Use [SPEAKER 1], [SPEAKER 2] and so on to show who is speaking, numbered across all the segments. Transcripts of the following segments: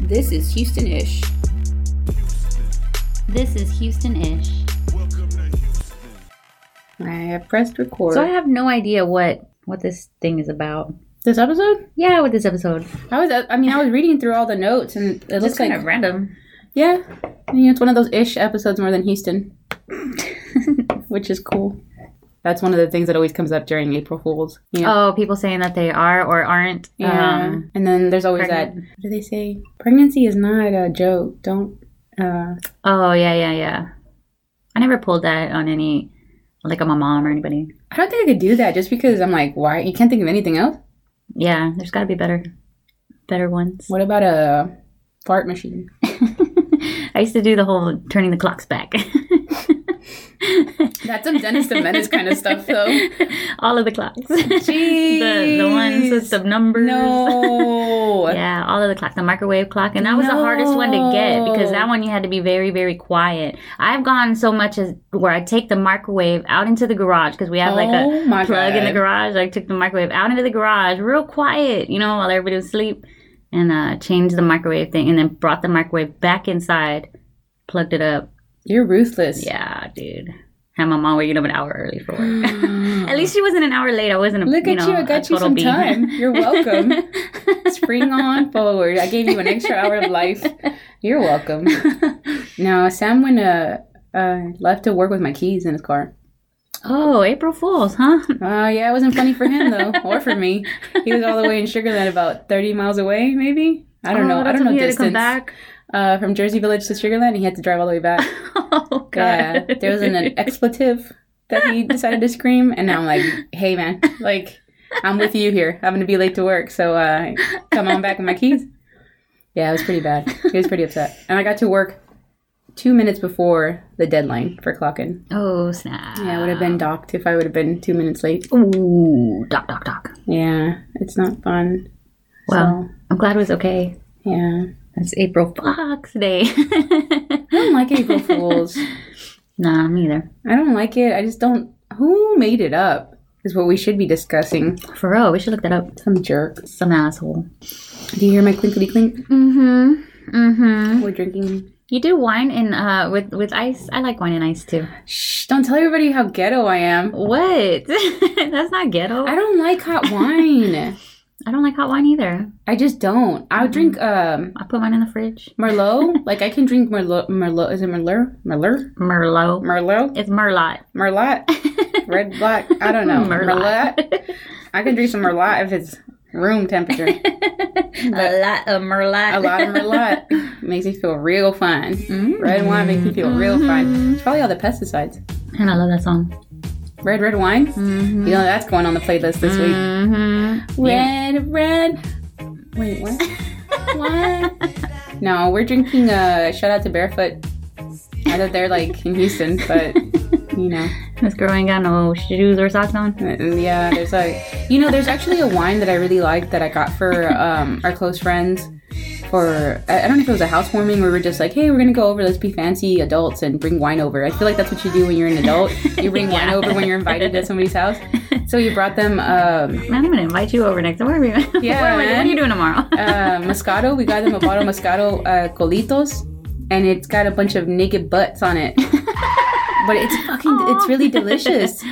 [SPEAKER 1] This is Houston ish.
[SPEAKER 2] This is Houston ish.
[SPEAKER 1] I have pressed record.
[SPEAKER 2] So I have no idea what what this thing is about.
[SPEAKER 1] this episode,
[SPEAKER 2] Yeah, with this episode,
[SPEAKER 1] I was, I mean, I was reading through all the notes and it looks
[SPEAKER 2] just kind
[SPEAKER 1] like,
[SPEAKER 2] of random.
[SPEAKER 1] yeah, I mean, it's one of those ish episodes more than Houston, which is cool. That's one of the things that always comes up during April Fools. You know?
[SPEAKER 2] Oh, people saying that they are or aren't.
[SPEAKER 1] yeah.
[SPEAKER 2] Um,
[SPEAKER 1] and then there's always
[SPEAKER 2] pregnant.
[SPEAKER 1] that. What do they say? Pregnancy is not a joke. Don't. Uh,
[SPEAKER 2] oh yeah, yeah, yeah. I never pulled that on any, like on my mom or anybody.
[SPEAKER 1] I don't think I could do that just because I'm like, why? You can't think of anything else.
[SPEAKER 2] Yeah, there's got to be better, better ones.
[SPEAKER 1] What about a fart machine?
[SPEAKER 2] I used to do the whole turning the clocks back.
[SPEAKER 1] That's some Dennis the Menace kind of stuff, though.
[SPEAKER 2] all of the clocks. the, the ones with the numbers.
[SPEAKER 1] No.
[SPEAKER 2] Yeah, all of the clocks, the microwave clock, and that was the hardest one to get because that one you had to be very, very quiet. I've gone so much as where I take the microwave out into the garage because we have like a
[SPEAKER 1] oh my
[SPEAKER 2] plug
[SPEAKER 1] God.
[SPEAKER 2] in the garage. I took the microwave out into the garage, real quiet, you know, while everybody was asleep, and uh, changed the microwave thing, and then brought the microwave back inside, plugged it up.
[SPEAKER 1] You're ruthless.
[SPEAKER 2] Yeah, dude. Had my mom waking up an hour early for work.
[SPEAKER 1] At
[SPEAKER 2] At least she wasn't an hour late. I wasn't. A,
[SPEAKER 1] Look at
[SPEAKER 2] know,
[SPEAKER 1] you. I
[SPEAKER 2] a
[SPEAKER 1] got you
[SPEAKER 2] total
[SPEAKER 1] some
[SPEAKER 2] B.
[SPEAKER 1] time. You're welcome. Spring on forward. I gave you an extra hour of life. You're welcome. No, Sam went uh, uh, left to work with my keys in his car.
[SPEAKER 2] oh, April Fools, huh?
[SPEAKER 1] Oh, yeah, it wasn't funny for him, though, or for me. He was all the way in Sugarland, about 30 miles away, maybe? I don't know.
[SPEAKER 2] Oh,
[SPEAKER 1] I
[SPEAKER 2] that's
[SPEAKER 1] don't know
[SPEAKER 2] when you had to
[SPEAKER 1] distance.
[SPEAKER 2] come back.
[SPEAKER 1] Uh, from Jersey Village to Sugarland, he had to drive all the way back.
[SPEAKER 2] Oh God.
[SPEAKER 1] Yeah, there was an,
[SPEAKER 2] e-,
[SPEAKER 1] an expletive that he decided to scream, and I'm like, "Hey, man, like, I'm with you here. I'm gonna be late to work, so uh, come on back with my keys." Yeah, it was pretty bad. He was pretty upset, and I got to work two minutes before the deadline for clocking.
[SPEAKER 2] oh snap.
[SPEAKER 1] Yeah, I would have
[SPEAKER 2] Ah.
[SPEAKER 1] been docked if I would have been two minutes late.
[SPEAKER 2] Ooh, doc, doc, doc.
[SPEAKER 1] Yeah, it's not fun.
[SPEAKER 2] Well, I'm glad it was okay.
[SPEAKER 1] So, yeah,
[SPEAKER 2] It's April Fox Day.
[SPEAKER 1] I don't like April Fools.
[SPEAKER 2] nah, me either.
[SPEAKER 1] I don't like it. I just don't. Who made it up? Is what we should be discussing.
[SPEAKER 2] For real, we should look that up.
[SPEAKER 1] Some jerk.
[SPEAKER 2] Some asshole.
[SPEAKER 1] Do you hear my clinkety clink?
[SPEAKER 2] Mm-hmm. Mm-hmm.
[SPEAKER 1] We're drinking.
[SPEAKER 2] You do wine and uh with with ice. I like wine and ice too.
[SPEAKER 1] Shh, don't tell everybody how ghetto I am.
[SPEAKER 2] What? That's not ghetto.
[SPEAKER 1] I don't like hot wine.
[SPEAKER 2] I don't like hot wine either.
[SPEAKER 1] I just don't. I'll drink um
[SPEAKER 2] I put mine in the fridge.
[SPEAKER 1] Merlot. like I can drink Merlot Merlot is it Merlot? Merlot?
[SPEAKER 2] Merlot.
[SPEAKER 1] Merlot?
[SPEAKER 2] It's Merlot.
[SPEAKER 1] Merlot? Red black. I don't know.
[SPEAKER 2] Merlot.
[SPEAKER 1] I can drink some Merlot if it's room temperature.
[SPEAKER 2] a lot of Merlot.
[SPEAKER 1] A lot of Merlot makes me feel real fine.
[SPEAKER 2] Mm.
[SPEAKER 1] Red wine makes me feel real fine. It's probably all the pesticides.
[SPEAKER 2] And I love that song.
[SPEAKER 1] Red red wine?
[SPEAKER 2] Mm-hmm.
[SPEAKER 1] You know that's going on the playlist this week. Red, red. Wait, what? what? No, we're drinking uh, shout out to Barefoot. I thought they're like in Houston, but you know,
[SPEAKER 2] This girl ain't got no shoes or socks on.
[SPEAKER 1] uh, yeah. There's a, you know, there's actually a wine that I really like that I got for um, our close friends. For I, I don't know if it was a housewarming. We were just like, hey, we're gonna go over. Let's be fancy adults and bring wine over. I feel like that's what you do when you're an adult. You bring wine
[SPEAKER 2] Yeah.
[SPEAKER 1] over when you're invited to somebody's house. So you brought them. Um,
[SPEAKER 2] Man, I'm gonna invite you over next time. Where are we? Yeah, what, are we- what
[SPEAKER 1] man.
[SPEAKER 2] are you doing tomorrow?
[SPEAKER 1] uh, Moscato. We got them a bottle of Moscato uh, Colitos, and it's got a bunch of naked butts on it. but it's fucking, it's
[SPEAKER 2] Aw.
[SPEAKER 1] really delicious.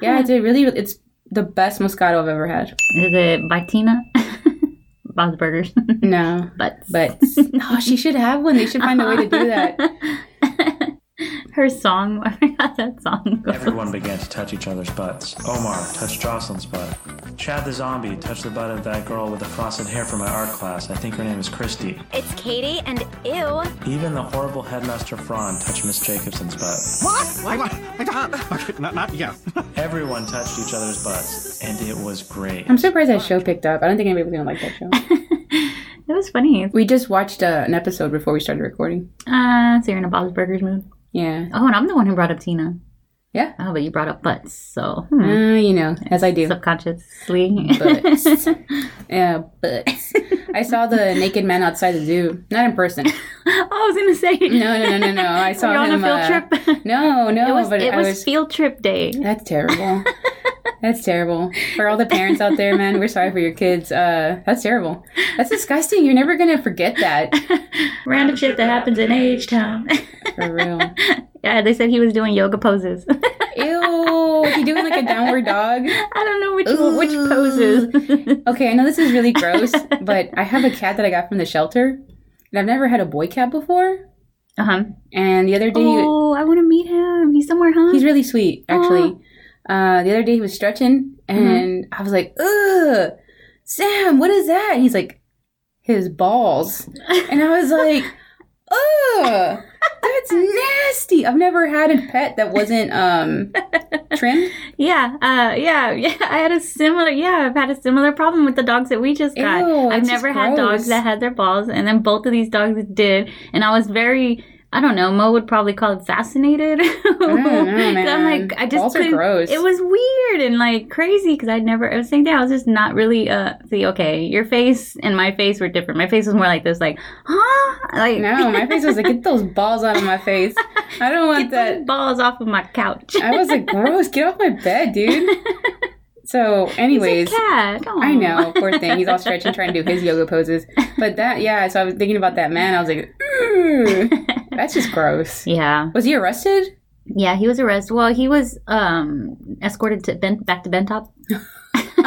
[SPEAKER 1] Yeah, it's a really, it's the best Moscato I've ever had.
[SPEAKER 2] Is it by Tina? Bob's Burgers.
[SPEAKER 1] No,
[SPEAKER 2] but
[SPEAKER 1] but oh, she should have one. They should find a way to do that.
[SPEAKER 2] her song. I forgot that song.
[SPEAKER 3] Everyone began to touch each other's butts. Omar touched Jocelyn's butt. Chad the zombie touched the butt of that girl with the frosted hair from my art class. I think her name is Christy.
[SPEAKER 4] It's Katie and ew.
[SPEAKER 3] Even the horrible headmaster Fran touched Miss Jacobson's butt.
[SPEAKER 5] Why, why, I don't, okay, not, not, yeah.
[SPEAKER 3] Everyone touched each other's butts, and it was great.
[SPEAKER 1] I'm surprised that show picked up. I don't think anybody was gonna like that show.
[SPEAKER 2] It was funny.
[SPEAKER 1] We just watched uh, an episode before we started recording.
[SPEAKER 2] Uh, so you're in a Bob's Burgers mood.
[SPEAKER 1] Yeah,
[SPEAKER 2] Oh, and I'm the one who brought up Tina.
[SPEAKER 1] Yeah.
[SPEAKER 2] Oh, but you brought up butts, so hmm.
[SPEAKER 1] uh, you know, as I do.
[SPEAKER 2] subconsciously.
[SPEAKER 1] Butts. Yeah, butts. I saw the naked man outside the zoo. Not in person.
[SPEAKER 2] Oh, I was gonna say.
[SPEAKER 1] No, no, no, no, no. I saw
[SPEAKER 2] You're on
[SPEAKER 1] him
[SPEAKER 2] a
[SPEAKER 1] uh,
[SPEAKER 2] field trip.
[SPEAKER 1] No, no,
[SPEAKER 2] it was
[SPEAKER 1] but
[SPEAKER 2] it
[SPEAKER 1] I
[SPEAKER 2] was,
[SPEAKER 1] was.
[SPEAKER 2] field trip day.
[SPEAKER 1] that's terrible. That's terrible. For all the parents out there, man, we're sorry for your kids. Uh, that's terrible. That's disgusting. You're never going to forget that.
[SPEAKER 2] Random shit that happens in age town.
[SPEAKER 1] For real.
[SPEAKER 2] yeah, they said he was doing yoga poses.
[SPEAKER 1] Ew. Is he doing like a downward dog?
[SPEAKER 2] I don't know which which poses.
[SPEAKER 1] Okay, I know this is really gross, but I have a cat that I got from the shelter, and I've never had a boy cat before.
[SPEAKER 2] uh huh.
[SPEAKER 1] And the other day,
[SPEAKER 2] Oh, I want to meet him. He's somewhere, huh?
[SPEAKER 1] he's really sweet, actually. Uh, the other day, he was stretching,
[SPEAKER 2] Mm-hmm.
[SPEAKER 1] and I was like, ugh, Sam, what is that? And he's like, his balls. And I was like, ugh, that's nasty. I've never had a pet that wasn't um, trimmed.
[SPEAKER 2] yeah, uh, yeah, yeah. I had a similar, yeah, I've had a similar problem with the dogs that we just got.
[SPEAKER 1] Ew,
[SPEAKER 2] I've
[SPEAKER 1] it's just
[SPEAKER 2] never had dogs
[SPEAKER 1] gross.
[SPEAKER 2] that had their balls, and then both of these dogs did, and I was very. I don't know. Mo would probably call it fascinated.
[SPEAKER 1] don't know,
[SPEAKER 2] 'Cause I'm
[SPEAKER 1] man.
[SPEAKER 2] like, I just
[SPEAKER 1] Balls are
[SPEAKER 2] couldn't.
[SPEAKER 1] gross.
[SPEAKER 2] It was weird and like crazy because I'd never. I was saying that I was just not really. Uh, see, okay, your face and my face were different. My face was more like this, like, huh, like
[SPEAKER 1] No, my face was like, get those balls out of my face. I don't want
[SPEAKER 2] get
[SPEAKER 1] that.
[SPEAKER 2] those balls off of my couch.
[SPEAKER 1] I was like, gross, get off my bed, dude. So, anyways,
[SPEAKER 2] He's a cat.
[SPEAKER 1] I
[SPEAKER 2] Aw.
[SPEAKER 1] know, poor thing. He's all stretching, trying to do his yoga poses. But that, yeah, so I was thinking about that man. I was like, "Ew, that's just gross.
[SPEAKER 2] Yeah,
[SPEAKER 1] Was he arrested?
[SPEAKER 2] yeah. He was arrested. Well, he was um escorted to ben- back to Bentop.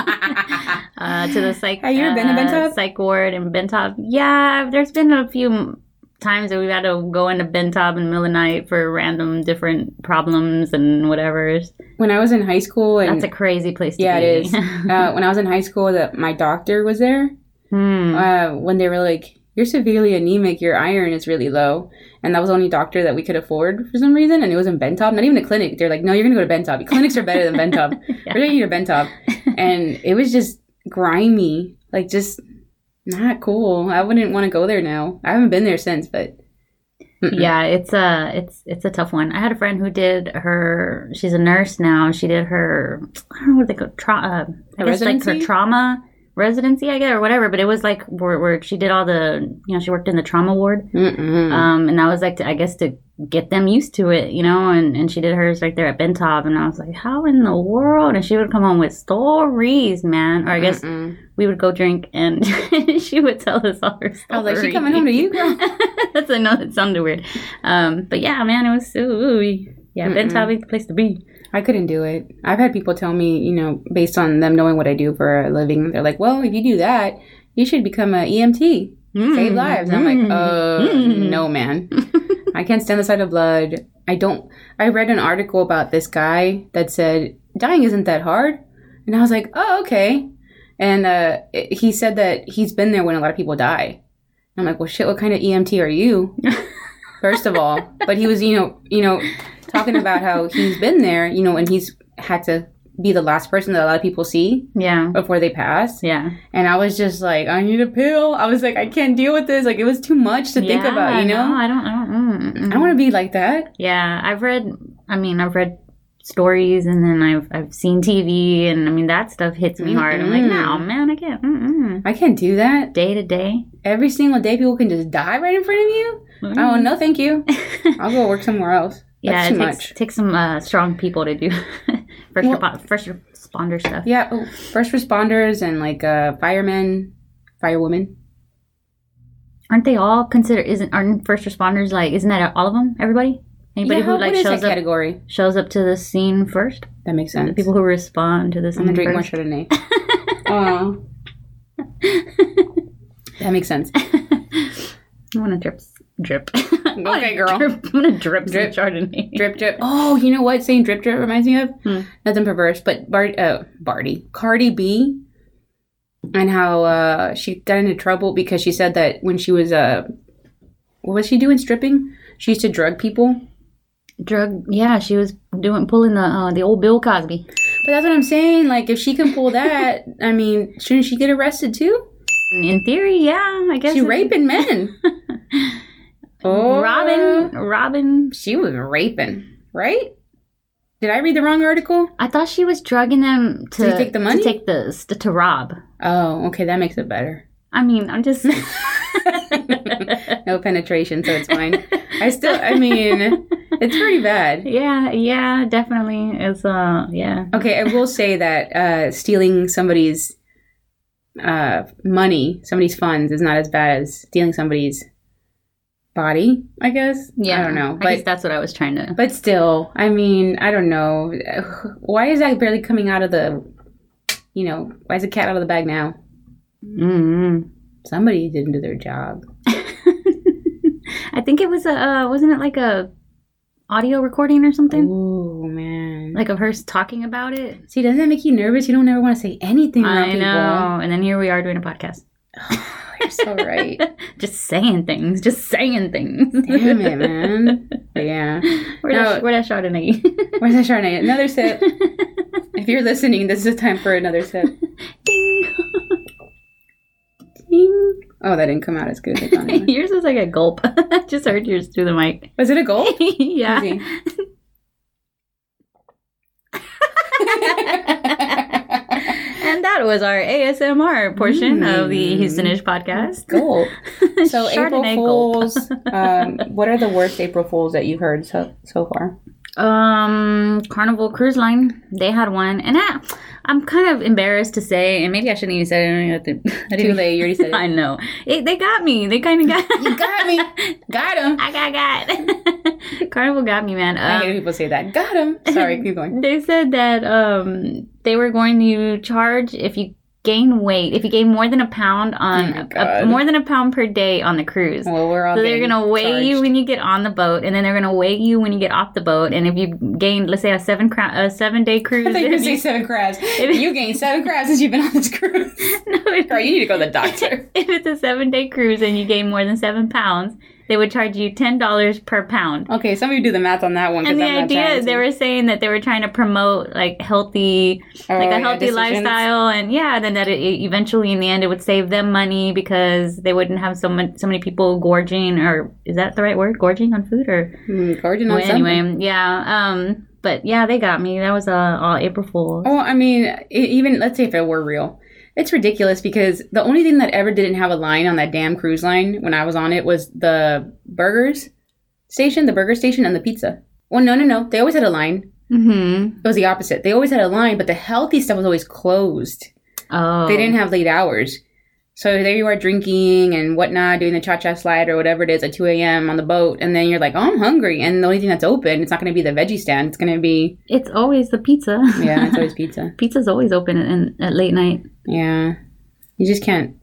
[SPEAKER 2] uh, to the psych.
[SPEAKER 1] Have you ever been to
[SPEAKER 2] uh,
[SPEAKER 1] Bentop?
[SPEAKER 2] Psych ward in Bentop. Yeah, there's been a few times that we've had to go into Bentop in the middle of the night for random different problems and whatever.
[SPEAKER 1] When I was in high school, and
[SPEAKER 2] That's a crazy place to
[SPEAKER 1] yeah, it
[SPEAKER 2] be.
[SPEAKER 1] is. uh, when I was in high school, that my doctor was there.
[SPEAKER 2] Hmm.
[SPEAKER 1] Uh, when they were like, "You're severely anemic. Your iron is really low," and that was the only doctor that we could afford for some reason, and it was in Bentop, not even a clinic. They're like, "No, you're gonna go to Bentop. Clinics are better than Bentop. We're taking you to Bentop," and it was just grimy, like just not cool. I wouldn't want to go there now. I haven't been there since, but
[SPEAKER 2] Yeah, it's a it's it's a tough one. I had a friend who did her. She's a nurse now. She did her. I don't know what they call tra- uh,
[SPEAKER 1] Her
[SPEAKER 2] I guess like her
[SPEAKER 1] residency?
[SPEAKER 2] trauma residency, I guess, or whatever. But it was like where, where she did all the you know she worked in the trauma ward.
[SPEAKER 1] mm-mm.
[SPEAKER 2] Um, and I was like, to, I guess to get them used to it, you know. And and she did hers right there at Bentop, and I was like, how in the world? And she would come home with stories, man. Or I guess
[SPEAKER 1] Mm-mm.
[SPEAKER 2] we would go drink, and she would tell us all her stories.
[SPEAKER 1] I was like, "She coming home to you, girl."
[SPEAKER 2] That's another that sounded weird. Um, but yeah, man, it was ooh, ooh, yeah, Ben's probably the place to be.
[SPEAKER 1] I couldn't do it. I've had people tell me, you know, based on them knowing what I do for a living, they're like, "Well, if you do that, you should become a E EMT,
[SPEAKER 2] Mm-hmm.
[SPEAKER 1] save lives." And I'm like, "Uh, no, man. I can't stand the sight of blood. I don't." I read an article about this guy that said dying isn't that hard, and I was like, "Oh, okay." And uh, it- he said that he's been there when a lot of people die. I'm like, "Well, shit. What kind of EMT are you?" first of all. But he was, you know, you know, talking about how he's been there, you know, and he's had to be the last person that a lot of people see
[SPEAKER 2] Yeah,
[SPEAKER 1] before they pass.
[SPEAKER 2] yeah.
[SPEAKER 1] And I was just like, I need a pill. I was like, I can't deal with this. Like it was too much to think
[SPEAKER 2] Yeah,
[SPEAKER 1] about, you know.
[SPEAKER 2] no, I don't. I don't. mm, mm,
[SPEAKER 1] I don't want to be like that.
[SPEAKER 2] Yeah, I've read. I mean, I've read stories, and then I've I've seen TV, and I mean that stuff hits me hard. I'm like,
[SPEAKER 1] Mm-mm.
[SPEAKER 2] no, man, I can't. Mm-mm.
[SPEAKER 1] I can't do that.
[SPEAKER 2] Day to day.
[SPEAKER 1] Every single day, people can just die right in front of you. Oh no, thank you. I'll go work somewhere else.
[SPEAKER 2] Mm-hmm.
[SPEAKER 1] That's
[SPEAKER 2] Yeah, it
[SPEAKER 1] too
[SPEAKER 2] takes,
[SPEAKER 1] much.
[SPEAKER 2] takes some uh, strong people to do first,
[SPEAKER 1] Well-
[SPEAKER 2] repo- first responder stuff.
[SPEAKER 1] Yeah, oh, first responders and like uh, firemen, firewomen.
[SPEAKER 2] Aren't they all considered? Isn't aren't first responders like? Isn't that all of them? Everybody? Anybody
[SPEAKER 1] yeah,
[SPEAKER 2] who
[SPEAKER 1] what
[SPEAKER 2] like
[SPEAKER 1] is
[SPEAKER 2] shows
[SPEAKER 1] that
[SPEAKER 2] up
[SPEAKER 1] category?
[SPEAKER 2] shows up to the scene first?
[SPEAKER 1] That makes sense.
[SPEAKER 2] People who respond to the scene
[SPEAKER 1] I'm gonna drink more
[SPEAKER 2] first.
[SPEAKER 1] Chardonnay. Aw. that makes sense.
[SPEAKER 2] I want to drip, drip.
[SPEAKER 1] Okay, girl.
[SPEAKER 2] drip. I'm gonna drip,
[SPEAKER 1] Drip.
[SPEAKER 2] some Chardonnay.
[SPEAKER 1] Drip drip. Oh, you know what saying drip drip reminds me of?
[SPEAKER 2] Hmm.
[SPEAKER 1] Nothing perverse, but Bart, uh, Barty, Cardi B, and how uh, she got into trouble because she said that when she was uh, what was she doing? Stripping. She used to drug people.
[SPEAKER 2] Drug. Yeah, she was doing pulling the uh, the old Bill Cosby.
[SPEAKER 1] But that's what I'm saying. Like, if she can pull that, I mean, shouldn't she get arrested too?
[SPEAKER 2] In theory, yeah, I guess
[SPEAKER 1] She
[SPEAKER 2] it-
[SPEAKER 1] raping men. oh,
[SPEAKER 2] Robin. Robin.
[SPEAKER 1] she was raping, right? Did I read the wrong article?
[SPEAKER 2] I thought she was drugging them to,
[SPEAKER 1] To take the money?
[SPEAKER 2] To take the st- to rob.
[SPEAKER 1] Oh, okay, that makes it better.
[SPEAKER 2] I mean, I'm just.
[SPEAKER 1] No penetration, so it's fine. I still, I mean, It's pretty bad.
[SPEAKER 2] yeah, yeah, definitely. It's uh, yeah.
[SPEAKER 1] Okay, I will say that uh, stealing somebody's uh, money, somebody's funds, is not as bad as stealing somebody's body. I guess. I don't know,
[SPEAKER 2] I
[SPEAKER 1] but
[SPEAKER 2] guess that's what I was trying to.
[SPEAKER 1] but still, I mean, I don't know. Why is that barely coming out of the? You know, why is the cat out of the bag now? Mm-hmm.
[SPEAKER 2] mm
[SPEAKER 1] Somebody didn't do their job.
[SPEAKER 2] I think it was a uh, wasn't it like a audio recording or something
[SPEAKER 1] Oh man!
[SPEAKER 2] like of her talking about it.
[SPEAKER 1] See, doesn't that make you nervous? You don't ever want to say anything around
[SPEAKER 2] I
[SPEAKER 1] people.
[SPEAKER 2] know. And then here we are doing a podcast,
[SPEAKER 1] You're so right.
[SPEAKER 2] just saying things, just saying things.
[SPEAKER 1] Damn it, man. But yeah.
[SPEAKER 2] Where
[SPEAKER 1] No.
[SPEAKER 2] that, where that Chardonnay?
[SPEAKER 1] Where's that Chardonnay? Another sip. if you're listening, this is a time for another sip.
[SPEAKER 2] Ding.
[SPEAKER 1] Ding. Oh, that didn't come out as good as I thought it would.
[SPEAKER 2] yours was like a gulp. I just heard yours through the mic.
[SPEAKER 1] Was it a goal?
[SPEAKER 2] yeah.
[SPEAKER 1] Easy.
[SPEAKER 2] And that was our ASMR portion of the Houstonish podcast.
[SPEAKER 1] Goal. Mm-hmm. So April
[SPEAKER 2] Chardonnay gulp.
[SPEAKER 1] Fools. Um, what are the worst April Fools that you've heard so so far?
[SPEAKER 2] Um, Carnival Cruise Line. They had one, and I, I'm kind of embarrassed to say, and maybe I shouldn't even say it. I don't even have to- I
[SPEAKER 1] Too
[SPEAKER 2] didn't-
[SPEAKER 1] late. You already said
[SPEAKER 2] I
[SPEAKER 1] it.
[SPEAKER 2] know. It, they got me. They kind of got.
[SPEAKER 1] You got me. Got him.
[SPEAKER 2] I got got. Carnival got me, man.
[SPEAKER 1] I
[SPEAKER 2] Um,
[SPEAKER 1] hate when people say that. Got him. Sorry, keep going.
[SPEAKER 2] They said that um, they were going to charge if you gain weight, if you gain more than a pound on
[SPEAKER 1] Oh my
[SPEAKER 2] a,
[SPEAKER 1] God.
[SPEAKER 2] more than a pound per day on the cruise.
[SPEAKER 1] Well, we're all.
[SPEAKER 2] so they're
[SPEAKER 1] getting
[SPEAKER 2] gonna weigh you
[SPEAKER 1] charged.
[SPEAKER 2] when you get on the boat, and then they're gonna weigh you when you get off the boat. And if you gained, let's say, a seven crown, a seven day cruise,
[SPEAKER 1] I thought you were
[SPEAKER 2] if
[SPEAKER 1] gonna say
[SPEAKER 2] you-
[SPEAKER 1] seven crabs. You gained seven crabs since you've been on this cruise.
[SPEAKER 2] no, if-
[SPEAKER 1] Girl, you need to go to the doctor.
[SPEAKER 2] if it's a seven day cruise and you gain more than seven pounds, they would charge you ten dollars per pound.
[SPEAKER 1] Okay, some of you do the math on that one. 'cause
[SPEAKER 2] and the
[SPEAKER 1] Oh, I'm not
[SPEAKER 2] idea
[SPEAKER 1] trying
[SPEAKER 2] they
[SPEAKER 1] to.
[SPEAKER 2] were saying that they were trying to promote like healthy
[SPEAKER 1] Oh,
[SPEAKER 2] like a
[SPEAKER 1] yeah,
[SPEAKER 2] healthy
[SPEAKER 1] decisions.
[SPEAKER 2] lifestyle and yeah then that it, it eventually in the end it would save them money because they wouldn't have so much so many people gorging or is that the right word gorging on food or
[SPEAKER 1] Mm, Gorging on
[SPEAKER 2] well,
[SPEAKER 1] something.
[SPEAKER 2] anyway yeah um but yeah they got me that was uh, all april fool's
[SPEAKER 1] Well, Oh, I mean, i even let's say if it were real, it's ridiculous because the only thing that ever didn't have a line on that damn cruise line when I was on it was the burgers station, the burger station, and the pizza. Well, no, no, no. They always had a line.
[SPEAKER 2] mm-hmm.
[SPEAKER 1] It was the opposite. They always had a line, but the healthy stuff was always closed.
[SPEAKER 2] oh
[SPEAKER 1] They didn't have late hours. So there you are drinking and whatnot, doing the cha cha slide or whatever it is at 2 a.m. on the boat. And then you're like, oh, I'm hungry. And the only thing that's open, it's not going to be the veggie stand. It's going to be,
[SPEAKER 2] it's always the pizza
[SPEAKER 1] yeah, it's always pizza.
[SPEAKER 2] pizza's always open in, at late night
[SPEAKER 1] Yeah. You just can't,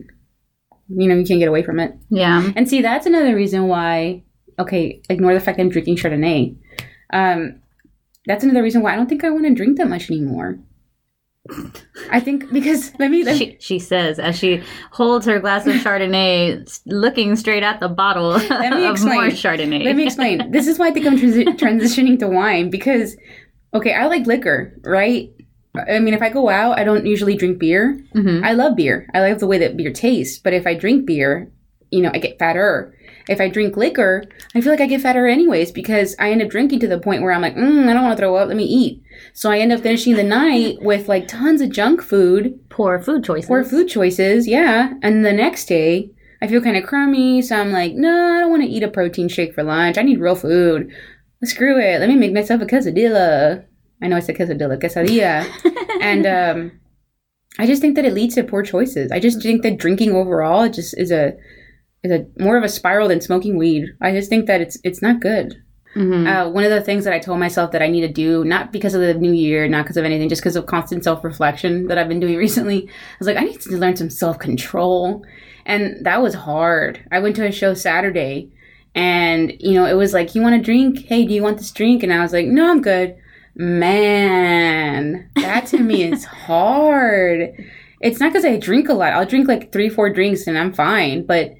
[SPEAKER 1] you know, you can't get away from it.
[SPEAKER 2] yeah
[SPEAKER 1] And see, that's another reason why, okay, ignore the fact that I'm drinking Chardonnay. Um, that's another reason why I don't think I want to drink that much anymore. I think because let me, let me
[SPEAKER 2] She, she says as she holds her glass of Chardonnay, s- looking straight at the bottle of
[SPEAKER 1] me
[SPEAKER 2] more
[SPEAKER 1] explain.
[SPEAKER 2] Chardonnay.
[SPEAKER 1] Let me explain. this is why I think I'm transi- transitioning to wine because, okay, I like liquor, right? I mean, if I go out, I don't usually drink beer.
[SPEAKER 2] Mhm.
[SPEAKER 1] I love beer. I like the way that beer tastes. But if I drink beer, you know, I get fatter. If I drink liquor, I feel like I get fatter anyways because I end up drinking to the point where I'm like, mm, I don't want to throw up. Let me eat. So I end up finishing the night with like tons of junk food
[SPEAKER 2] Poor food choices.
[SPEAKER 1] poor food choices, yeah. And the next day, I feel kind of crummy, so I'm like, no, I don't want to eat a protein shake for lunch. I need real food. Screw it. Let me make myself a quesadilla. I know I said quesadilla, quesadilla. and um, I just think that it leads to poor choices. I just think that drinking overall just is a is a more of a spiral than smoking weed. I just think that it's it's not good.
[SPEAKER 2] Mhm.
[SPEAKER 1] Uh, one of the things that I told myself that I need to do, not because of the new year, not because of anything, just because of constant self reflection that I've been doing recently, I was like, I need to learn some self control. And that was hard. I went to a show Saturday and, you know, it was like, you want a drink? Hey, do you want this drink? And I was like, no, I'm good. Man, that to me is hard. It's not because I drink a lot. I'll drink like three, four drinks and I'm fine. But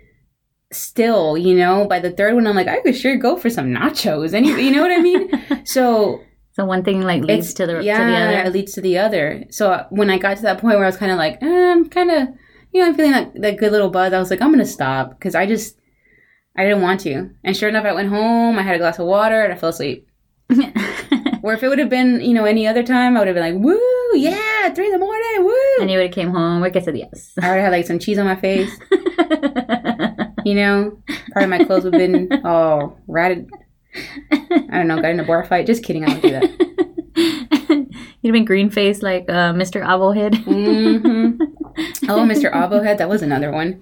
[SPEAKER 1] still, you know, by the third one, I'm like, I could sure go for some nachos. Any, you know what I mean? so
[SPEAKER 2] so one thing like leads
[SPEAKER 1] it's
[SPEAKER 2] to the
[SPEAKER 1] yeah,
[SPEAKER 2] to the other.
[SPEAKER 1] it leads to the other. So uh, when I got to that point where I was kind of like, eh, I'm kind of, you know, I'm feeling that that good little buzz. I was like, I'm gonna stop because I just, I didn't want to. And sure enough, I went home. I had a glass of water and I fell asleep. Where if it would have been, you know, any other time, I would have been like, woo, yeah, three in the morning, woo.
[SPEAKER 2] and you would have came home. Where quesadillas.
[SPEAKER 1] I already had like some cheese on my face. you know, part of my clothes would have been all ratted, I don't know, got in a bar fight. Just kidding, I don't do that.
[SPEAKER 2] You'd have been green faced like uh, Mr. Ovalhead.
[SPEAKER 1] hmm Oh, Mr. Abohead, that was another one.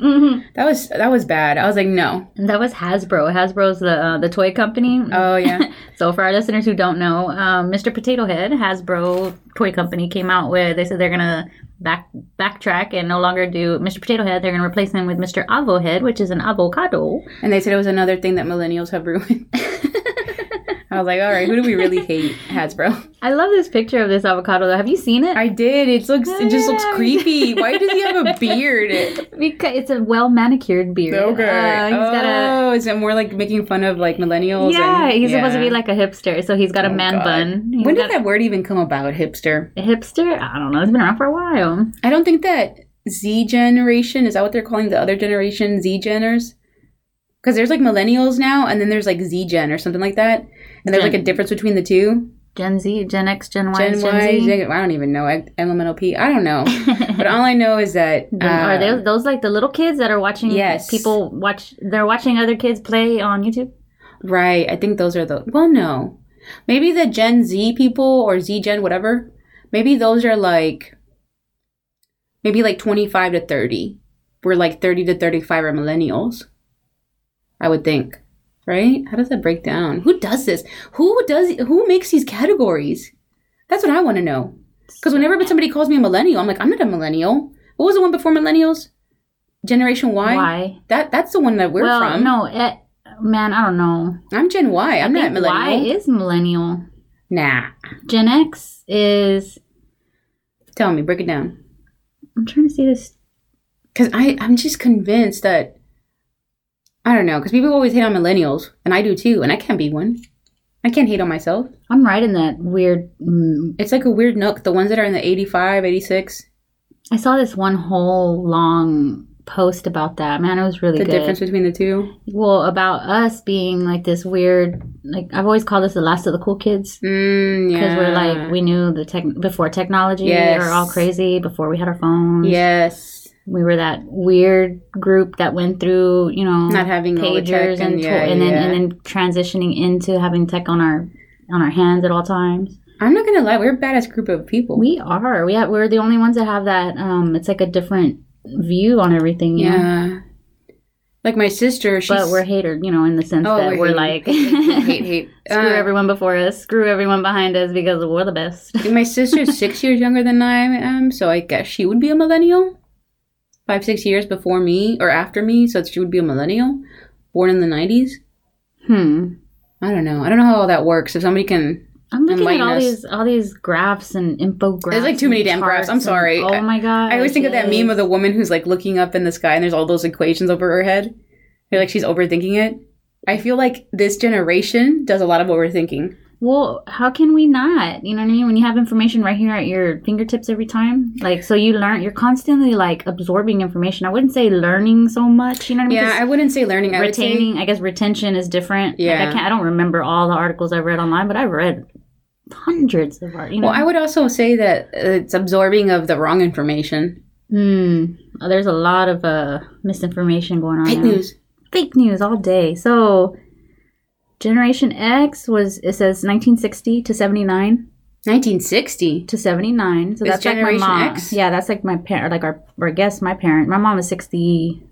[SPEAKER 1] That was that was bad. I was like, no.
[SPEAKER 2] And that was Hasbro. Hasbro's the uh, the toy company.
[SPEAKER 1] Oh yeah,
[SPEAKER 2] So for our listeners who don't know, um, Mr. Potato Head, Hasbro toy company, came out with. They said they're gonna back backtrack and no longer do Mr. Potato Head. They're gonna replace him with Mr. Avo Head, which is an avocado.
[SPEAKER 1] and they said it was another thing that millennials have ruined. I was like, all right, who do we really hate? Hasbro.
[SPEAKER 2] I love this picture of this avocado. though. Have you seen it?
[SPEAKER 1] I did. It looks. It just looks creepy. Why does he have a beard?
[SPEAKER 2] because it's a well manicured beard. Uh, he's
[SPEAKER 1] oh,
[SPEAKER 2] got a.
[SPEAKER 1] is it more like making fun of like millennials?
[SPEAKER 2] Yeah,
[SPEAKER 1] and-
[SPEAKER 2] he's supposed to
[SPEAKER 1] Oh. yeah. Oh,
[SPEAKER 2] be like a hipster, so he's got a man
[SPEAKER 1] God.
[SPEAKER 2] bun. He's
[SPEAKER 1] When did
[SPEAKER 2] got
[SPEAKER 1] that word even come about, hipster?
[SPEAKER 2] a hipster? I don't know. It's been around for a while.
[SPEAKER 1] I don't think that Z generation is that what they're calling the other generation Z geners? Because there's like millennials now, and then there's like Z gen or something like that, and there's like a difference between the two.
[SPEAKER 2] Gen Z, Gen X, Gen Y,
[SPEAKER 1] Gen
[SPEAKER 2] Gen,
[SPEAKER 1] Y,
[SPEAKER 2] Z.
[SPEAKER 1] Gen- I don't even know X- elemental P. I don't know, but all I know is that
[SPEAKER 2] Them- are
[SPEAKER 1] uh,
[SPEAKER 2] those, those like the little kids that are watching
[SPEAKER 1] Yes.
[SPEAKER 2] people watch they're watching other kids play on youtube
[SPEAKER 1] right. I think those are the well, no, maybe the Gen Z people or Z gen whatever. Maybe those are like maybe like twenty five to thirty. We're like thirty to thirty five are millennials. I would think, right? How does that break down? Who does this? Who does? Who makes these categories? That's what I want to know. Because whenever somebody calls me a millennial, I'm like, I'm not a millennial. What was the one before millennials? Generation Y.
[SPEAKER 2] Why?
[SPEAKER 1] That that's the one that we're
[SPEAKER 2] well
[SPEAKER 1] from.
[SPEAKER 2] no eh, man i don't know
[SPEAKER 1] I'm Gen Y. I'm not
[SPEAKER 2] think
[SPEAKER 1] millennial.
[SPEAKER 2] y is millennial
[SPEAKER 1] nah.
[SPEAKER 2] gen x is
[SPEAKER 1] Tell me, break it down.
[SPEAKER 2] i'm trying to see this
[SPEAKER 1] Because I I'm just convinced that I don't know. Because people always hate on millennials, and I do too. And I can't be one. I can't hate on myself.
[SPEAKER 2] i'm right in that weird mm,
[SPEAKER 1] It's like a weird nook. The ones that are in the 85, 86,
[SPEAKER 2] i saw this one whole long post about that man it was really
[SPEAKER 1] the
[SPEAKER 2] good
[SPEAKER 1] difference between the two.
[SPEAKER 2] well about us being like this weird like i've always called us the last of the cool kids
[SPEAKER 1] Mm, yeah.
[SPEAKER 2] because we're like we knew the tech before technology
[SPEAKER 1] Yes.
[SPEAKER 2] we were all crazy before we had our phones
[SPEAKER 1] yes.
[SPEAKER 2] we were that weird group that went through you know
[SPEAKER 1] Not having all the
[SPEAKER 2] pagers
[SPEAKER 1] tech and-
[SPEAKER 2] and, to-
[SPEAKER 1] yeah,
[SPEAKER 2] and then
[SPEAKER 1] yeah.
[SPEAKER 2] and then transitioning into having tech on our on our hands at all times
[SPEAKER 1] I'm not gonna lie. We're a badass group of people.
[SPEAKER 2] we are we have we're the only ones that have that um it's like a different view on everything you know?
[SPEAKER 1] yeah. Like my sister, she's
[SPEAKER 2] but we're hater you know in the sense
[SPEAKER 1] oh,
[SPEAKER 2] that we're,
[SPEAKER 1] hating.
[SPEAKER 2] like
[SPEAKER 1] hate hate. hate.
[SPEAKER 2] screw
[SPEAKER 1] Uh,
[SPEAKER 2] everyone before us screw everyone behind us because we're the best
[SPEAKER 1] My sister's six years younger than I am, so I guess she would be a millennial. Five, six years before me or after me, so she would be a millennial, born in the 90s.
[SPEAKER 2] hmm
[SPEAKER 1] I don't know. I don't know how all that works. If somebody can.
[SPEAKER 2] I'm looking at
[SPEAKER 1] Enlighten
[SPEAKER 2] all
[SPEAKER 1] us.
[SPEAKER 2] these all these graphs and infographs.
[SPEAKER 1] There's, like, too many
[SPEAKER 2] and
[SPEAKER 1] damn graphs.
[SPEAKER 2] charts
[SPEAKER 1] I'm sorry.
[SPEAKER 2] And, oh my god!
[SPEAKER 1] I always think of that meme of the woman who's like looking up in the sky and there's all those equations over her head. I feel like she's overthinking it. I feel like this generation does a lot of overthinking.
[SPEAKER 2] well, how can we not? You know what I mean? When you have information right here at your fingertips every time, like so you learn. You're constantly like absorbing information. I wouldn't say learning so much. You know what I mean?
[SPEAKER 1] Yeah, I wouldn't say learning. I would say-
[SPEAKER 2] retaining. I guess retention is different. Like,
[SPEAKER 1] Yeah.
[SPEAKER 2] I can't. I don't remember all the articles I've read online, but I've read hundreds of art. You know.
[SPEAKER 1] well, I would also say that it's absorbing of the wrong information.
[SPEAKER 2] Hmm. Oh, there's a lot of uh, misinformation going on.
[SPEAKER 1] Fake
[SPEAKER 2] now.
[SPEAKER 1] news.
[SPEAKER 2] fake news all day. So, Generation X was it says 1960 to 79
[SPEAKER 1] 1960.
[SPEAKER 2] to 79. So
[SPEAKER 1] Is
[SPEAKER 2] that's like my
[SPEAKER 1] Generation
[SPEAKER 2] mom.
[SPEAKER 1] X?
[SPEAKER 2] Yeah, that's like my parent, like our or I guess my parent. My mom is 60.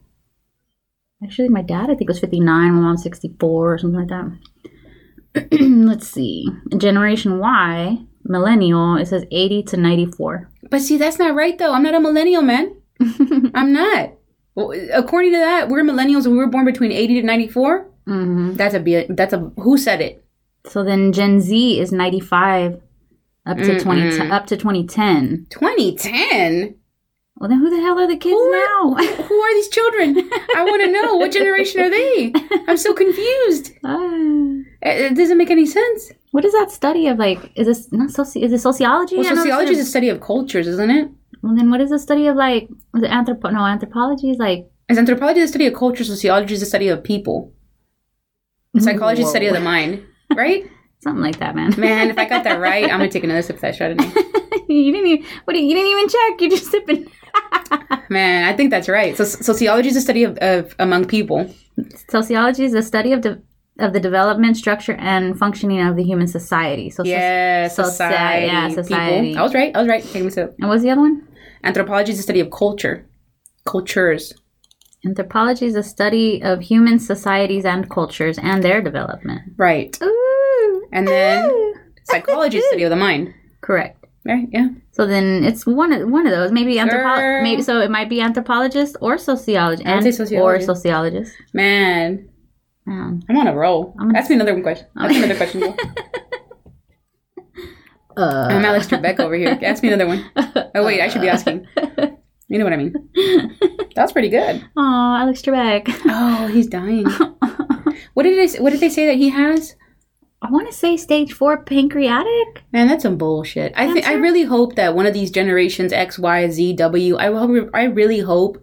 [SPEAKER 2] Actually, my dad I think was 59. My mom's 64 or something like that. Let's see. Generation Y, millennial. It says 80 to 94.
[SPEAKER 1] But see, that's not right though. I'm not a millennial, man. I'm not. Well, According to that, we're millennials and we were born between 80 to 94.
[SPEAKER 2] hmm
[SPEAKER 1] That's a be- that's a who said it?
[SPEAKER 2] So then Gen Z is 95 up to 20 up to 2010.
[SPEAKER 1] 2010.
[SPEAKER 2] Well, then who the hell are the kids now?
[SPEAKER 1] Who are these children? I want to know what generation are they? I'm so confused.
[SPEAKER 2] Ah.
[SPEAKER 1] It, it doesn't make any sense.
[SPEAKER 2] what is that study of like? Is this not soci? Is it sociology?
[SPEAKER 1] Well,
[SPEAKER 2] I know this
[SPEAKER 1] sociology is a
[SPEAKER 2] is-
[SPEAKER 1] study of cultures, isn't it?
[SPEAKER 2] Well, then what is the study of like? Is it anthropo? No, anthropology is like.
[SPEAKER 1] Is anthropology the study of culture? Sociology is the study of people. And Psychology is the study of the mind. Right?
[SPEAKER 2] Something like that, man.
[SPEAKER 1] Man, if I got that right, I'm gonna take another sip of that shot.
[SPEAKER 2] you didn't. Even, what? do You you didn't even check. You're just sipping.
[SPEAKER 1] Man, I think that's right. So sociology is a study of, of among people.
[SPEAKER 2] Sociology is the study of de- of the development, structure, and functioning of the human society. So,
[SPEAKER 1] Yeah,
[SPEAKER 2] so-
[SPEAKER 1] society.
[SPEAKER 2] yeah, society.
[SPEAKER 1] People. I was right. I was right. Take me so.
[SPEAKER 2] And what was the other one?
[SPEAKER 1] Anthropology is the study of culture, cultures.
[SPEAKER 2] Anthropology is the study of human societies and cultures and their development.
[SPEAKER 1] Right.
[SPEAKER 2] Ooh.
[SPEAKER 1] And then psychology is the study of the mind.
[SPEAKER 2] Correct.
[SPEAKER 1] Right. Yeah.
[SPEAKER 2] So then it's one of one of those. Maybe anthropo-
[SPEAKER 1] Girl.
[SPEAKER 2] maybe so it might be anthropologist or sociologist
[SPEAKER 1] I would
[SPEAKER 2] and
[SPEAKER 1] say
[SPEAKER 2] or
[SPEAKER 1] sociologist.
[SPEAKER 2] sociologist.
[SPEAKER 1] Man,
[SPEAKER 2] Um,
[SPEAKER 1] I'm on a roll.
[SPEAKER 2] I'm gonna-
[SPEAKER 1] Ask me another one question. Ask me another question. Joel. I'm Alex Trebek over here. Ask me another one. Oh wait, I should be asking. You know what I mean? That was pretty good.
[SPEAKER 2] oh, Alex Trebek.
[SPEAKER 1] Oh, he's dying. What did they? s- What did they say that he has?
[SPEAKER 2] I want to say stage four pancreatic.
[SPEAKER 1] Man, that's some bullshit. I think I really hope that one of these generations X, Y, Z, W. I hope, I really hope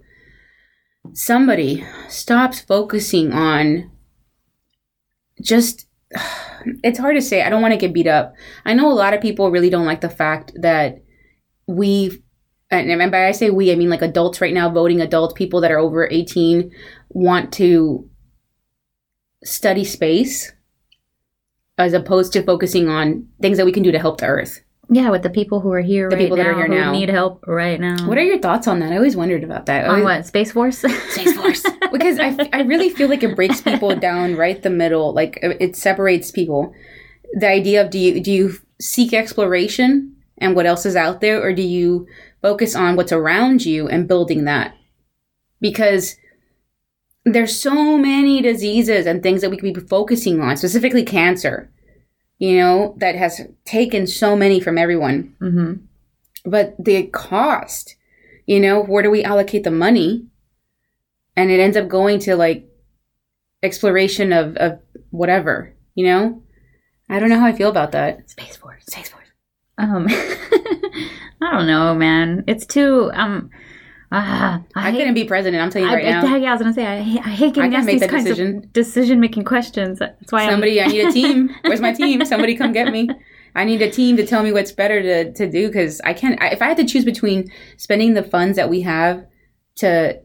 [SPEAKER 1] somebody stops focusing on just. It's hard to say. I don't want to get beat up. I know a lot of people really don't like the fact that we, and and by I say we, I mean like adults right now, voting adults, people that are over eighteen, want to study space as opposed to focusing on things that we can do to help the earth.
[SPEAKER 2] Yeah, with the people who are here,
[SPEAKER 1] The
[SPEAKER 2] right
[SPEAKER 1] people
[SPEAKER 2] now,
[SPEAKER 1] that are here
[SPEAKER 2] who
[SPEAKER 1] now.
[SPEAKER 2] need help right now.
[SPEAKER 1] What are your thoughts on that? I always wondered about that. I
[SPEAKER 2] on
[SPEAKER 1] always-
[SPEAKER 2] what Space Force?
[SPEAKER 1] Space Force. because I, f- I really feel like it breaks people down right the middle. Like it it separates people. The idea of do you do you seek exploration and what else is out there, or do you focus on what's around you and building that? Because there's so many diseases and things that we could be focusing on, specifically cancer. You know that has taken so many from everyone
[SPEAKER 2] mm-hmm.
[SPEAKER 1] but the cost you know where do we allocate the money and it ends up going to like exploration of, of whatever you know i don't know how i feel about that
[SPEAKER 2] Space Force.
[SPEAKER 1] Space Force.
[SPEAKER 2] Um, I don't know, man. It's too um. ah, I,
[SPEAKER 1] i
[SPEAKER 2] hate-
[SPEAKER 1] couldn't be president i'm telling you
[SPEAKER 2] I,
[SPEAKER 1] right
[SPEAKER 2] I-
[SPEAKER 1] now
[SPEAKER 2] yeah, I was gonna say I, hate- I hate getting
[SPEAKER 1] I can't
[SPEAKER 2] asked
[SPEAKER 1] make
[SPEAKER 2] these
[SPEAKER 1] that
[SPEAKER 2] kinds
[SPEAKER 1] decision.
[SPEAKER 2] of decision-making questions. That's why
[SPEAKER 1] somebody i need a team where's my team somebody come get me i need a team to tell me what's better to, to do because i can't I, if i had to choose between spending the funds that we have to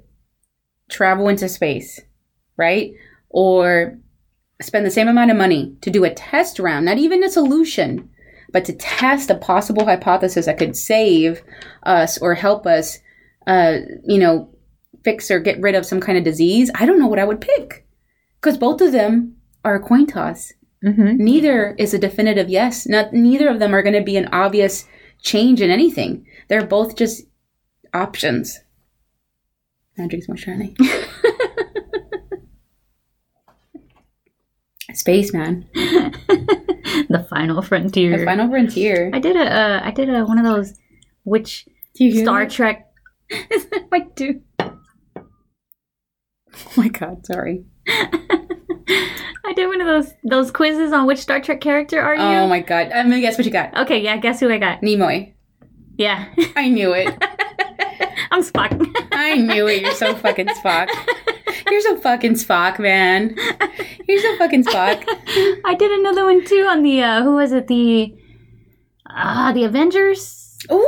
[SPEAKER 1] travel into space right or spend the same amount of money to do a test round not even a solution but to test a possible hypothesis that could save us or help us uh, you know fix or get rid of some kind of disease i don't know what i would pick because both of them are a coin toss
[SPEAKER 2] I'm. hmm
[SPEAKER 1] neither is a definitive yes. Not neither of them are going to be an obvious change in anything. They're both just options. Now drink some more Chardonnay. Space man,
[SPEAKER 2] The final frontier.
[SPEAKER 1] the final frontier.
[SPEAKER 2] I did a uh, I did a one of those which
[SPEAKER 1] Do you hear
[SPEAKER 2] Star
[SPEAKER 1] that?
[SPEAKER 2] Trek. Is that my dude?
[SPEAKER 1] Oh my god, sorry.
[SPEAKER 2] I did one of those those quizzes on which Star Trek character are you?
[SPEAKER 1] Oh my god. I'm gonna guess what you got.
[SPEAKER 2] Okay, yeah, guess who I got?
[SPEAKER 1] Nimoy.
[SPEAKER 2] Yeah,
[SPEAKER 1] I knew it.
[SPEAKER 2] I'm Spock.
[SPEAKER 1] I knew it. You're so fucking Spock. You're so fucking Spock, man. You're so fucking Spock.
[SPEAKER 2] I did another one too on the uh, who was it the uh, the Avengers.
[SPEAKER 1] Ooh.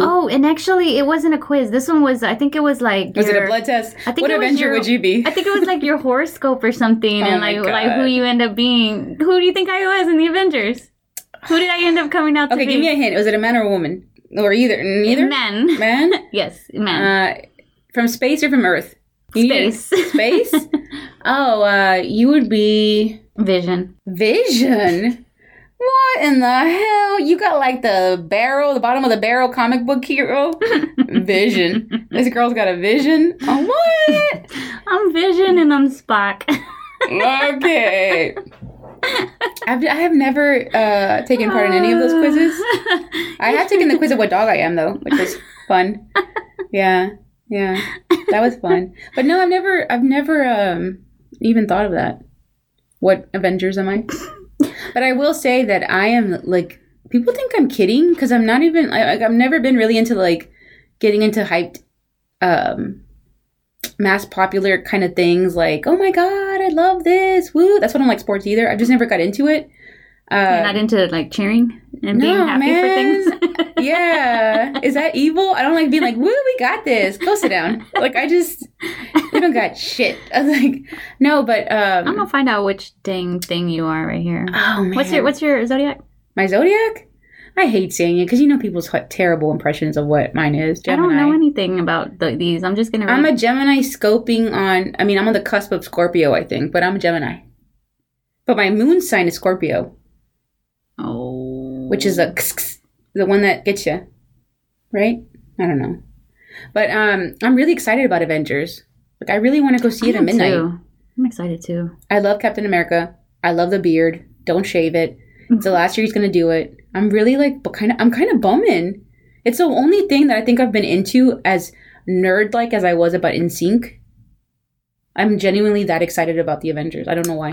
[SPEAKER 2] Oh, and actually, it wasn't a quiz. This one was I think it was like
[SPEAKER 1] Was it
[SPEAKER 2] your-
[SPEAKER 1] a blood test?
[SPEAKER 2] I think
[SPEAKER 1] what
[SPEAKER 2] it was
[SPEAKER 1] Avenger
[SPEAKER 2] your-
[SPEAKER 1] would you be?
[SPEAKER 2] I think it was like your horoscope or something,
[SPEAKER 1] Oh
[SPEAKER 2] and
[SPEAKER 1] my
[SPEAKER 2] like like who
[SPEAKER 1] God.
[SPEAKER 2] you end up being. Who do you think I was in the Avengers? Who did I end up coming out to
[SPEAKER 1] okay,
[SPEAKER 2] be?
[SPEAKER 1] give me a hint. Was it a man or a woman? Or either? Neither?
[SPEAKER 2] Men.
[SPEAKER 1] Man?
[SPEAKER 2] Yes, men.
[SPEAKER 1] Uh, from space or from Earth? You need-
[SPEAKER 2] Space.
[SPEAKER 1] Space? oh, uh, you would be
[SPEAKER 2] Vision.
[SPEAKER 1] Vision. What in the hell? You got like the barrel, the bottom of the barrel comic book hero? Vision. This girl's got a vision? Oh, what?
[SPEAKER 2] I'm Vision and I'm Spock.
[SPEAKER 1] okay. I've, I have never uh, taken part in any of those quizzes. I have taken the quiz of what dog I am though, which was fun. Yeah, yeah, that was fun. But no, I've never, I've never um, even thought of that. What Avengers am I? but I will say that I am like people think I'm kidding because I'm not even. I, like, I've never been really into like getting into hyped, um, mass popular kind of things. Like, oh my god, I love this. Woo! That's what I'm like sports either. I've just never got into it.
[SPEAKER 2] You're not into like cheering and being
[SPEAKER 1] Um, No,
[SPEAKER 2] happy for things.
[SPEAKER 1] yeah. Is that evil? I don't like being like, woo, we got this. Go sit down. Like, I just, You don't got shit. I was like, no, but um,
[SPEAKER 2] I'm gonna find out which dang thing you are right here.
[SPEAKER 1] oh man,
[SPEAKER 2] What's your What's your zodiac?
[SPEAKER 1] my zodiac? I hate saying it because you know people's h- terrible impressions of what mine is. Gemini.
[SPEAKER 2] I don't know anything about the, these. I'm just gonna.
[SPEAKER 1] I'm
[SPEAKER 2] read-
[SPEAKER 1] a Gemini scoping on. I mean, I'm on the cusp of Scorpio, I think, but I'm a Gemini. But my moon sign is Scorpio,
[SPEAKER 2] oh,
[SPEAKER 1] which is a the one that gets you, right? I don't know, but um, I'm really excited about Avengers. Like, I really want to go see it
[SPEAKER 2] I
[SPEAKER 1] at
[SPEAKER 2] am
[SPEAKER 1] midnight.
[SPEAKER 2] too. I'm excited too.
[SPEAKER 1] I love Captain America. I love the beard. Don't shave it. It's
[SPEAKER 2] Mm-hmm.
[SPEAKER 1] the last year he's gonna do it. I'm really like, but kind of, I'm kind of bumming. It's the only thing that I think I've been into as nerd like as I was about In Sync. I'm genuinely that excited about the Avengers. I don't know why.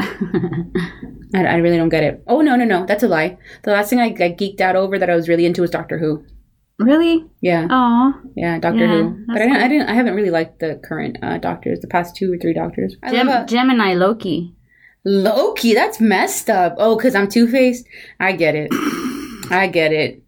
[SPEAKER 1] I, I really don't get it. Oh no, no, no, that's a lie. The last thing I, I geeked out over that I was really into was Doctor Who.
[SPEAKER 2] Really?
[SPEAKER 1] Yeah,
[SPEAKER 2] Oh,
[SPEAKER 1] yeah, Doctor
[SPEAKER 2] Yeah,
[SPEAKER 1] Who. But I
[SPEAKER 2] that's
[SPEAKER 1] didn't, I
[SPEAKER 2] cool.
[SPEAKER 1] didn't. I haven't really liked the current uh, Doctors. The past two or three Doctors. I
[SPEAKER 2] Gem-
[SPEAKER 1] love a-
[SPEAKER 2] Gemini Loki.
[SPEAKER 1] Loki, that's messed up. Oh, because I'm Two Faced? I get it. I get it.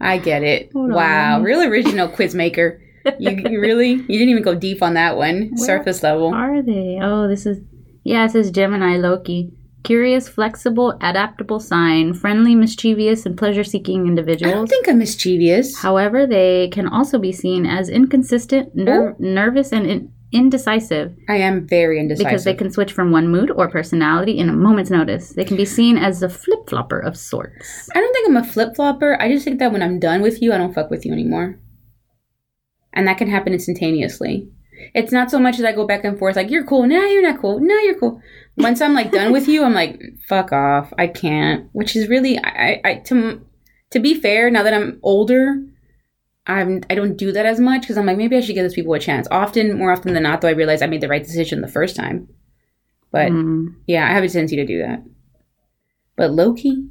[SPEAKER 1] I get it.
[SPEAKER 2] Hold
[SPEAKER 1] wow.
[SPEAKER 2] on.
[SPEAKER 1] Real original quiz maker. You, you really? You didn't even go deep on that one.
[SPEAKER 2] Where
[SPEAKER 1] Surface level.
[SPEAKER 2] Are they? Oh, this is. Yeah, it says Gemini Loki. Curious, flexible, adaptable sign, friendly, mischievous, and pleasure seeking
[SPEAKER 1] I don't
[SPEAKER 2] individuals.
[SPEAKER 1] think I'm mischievous.
[SPEAKER 2] However, they can also be seen as inconsistent, ner- nervous, and in- indecisive
[SPEAKER 1] I am very indecisive.
[SPEAKER 2] because they can switch from one mood or personality in a moment's notice. They can be seen as a flip flopper of sorts.
[SPEAKER 1] I don't think I'm a flip flopper. I just think that when I'm done with you, I don't fuck with you anymore. And that can happen instantaneously. It's not so much as I go back and forth, like, you're cool. Nah, you're not cool. Nah, you're cool. Once I'm like done with you, I'm like, fuck off. I can't. Which is really, I, I, I to, to be fair, now that I'm older, I'm, I don't do that as much because I'm like, maybe I should give those people a chance. Often, more often than not, though, I realize I made the right decision the first time. But
[SPEAKER 2] Mm.
[SPEAKER 1] yeah, I have a tendency to do that. But Loki,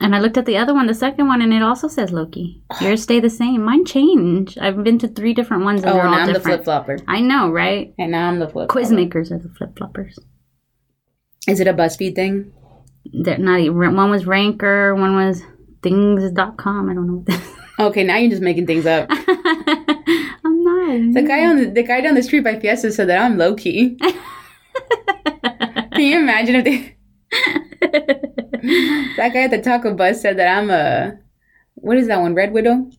[SPEAKER 2] And I looked at the other one, the second one, and it also says Loki. Yours stay the same. Mine change. I've been to three different ones, and
[SPEAKER 1] oh,
[SPEAKER 2] they're all
[SPEAKER 1] now I'm the flip
[SPEAKER 2] different.
[SPEAKER 1] flopper.
[SPEAKER 2] I know, right?
[SPEAKER 1] And now I'm the flip.
[SPEAKER 2] Quiz
[SPEAKER 1] flopper.
[SPEAKER 2] makers are the flip floppers.
[SPEAKER 1] Is it a BuzzFeed thing?
[SPEAKER 2] They're not even, one was Ranker, one was Things.com. I don't know what this is.
[SPEAKER 1] Okay, now you're just making things up.
[SPEAKER 2] I'm not.
[SPEAKER 1] The guy on the, the guy down the street by Fiesta said that I'm low key. Can you imagine if they? that guy at the taco bus said that I'm a what is that one? Red Widow,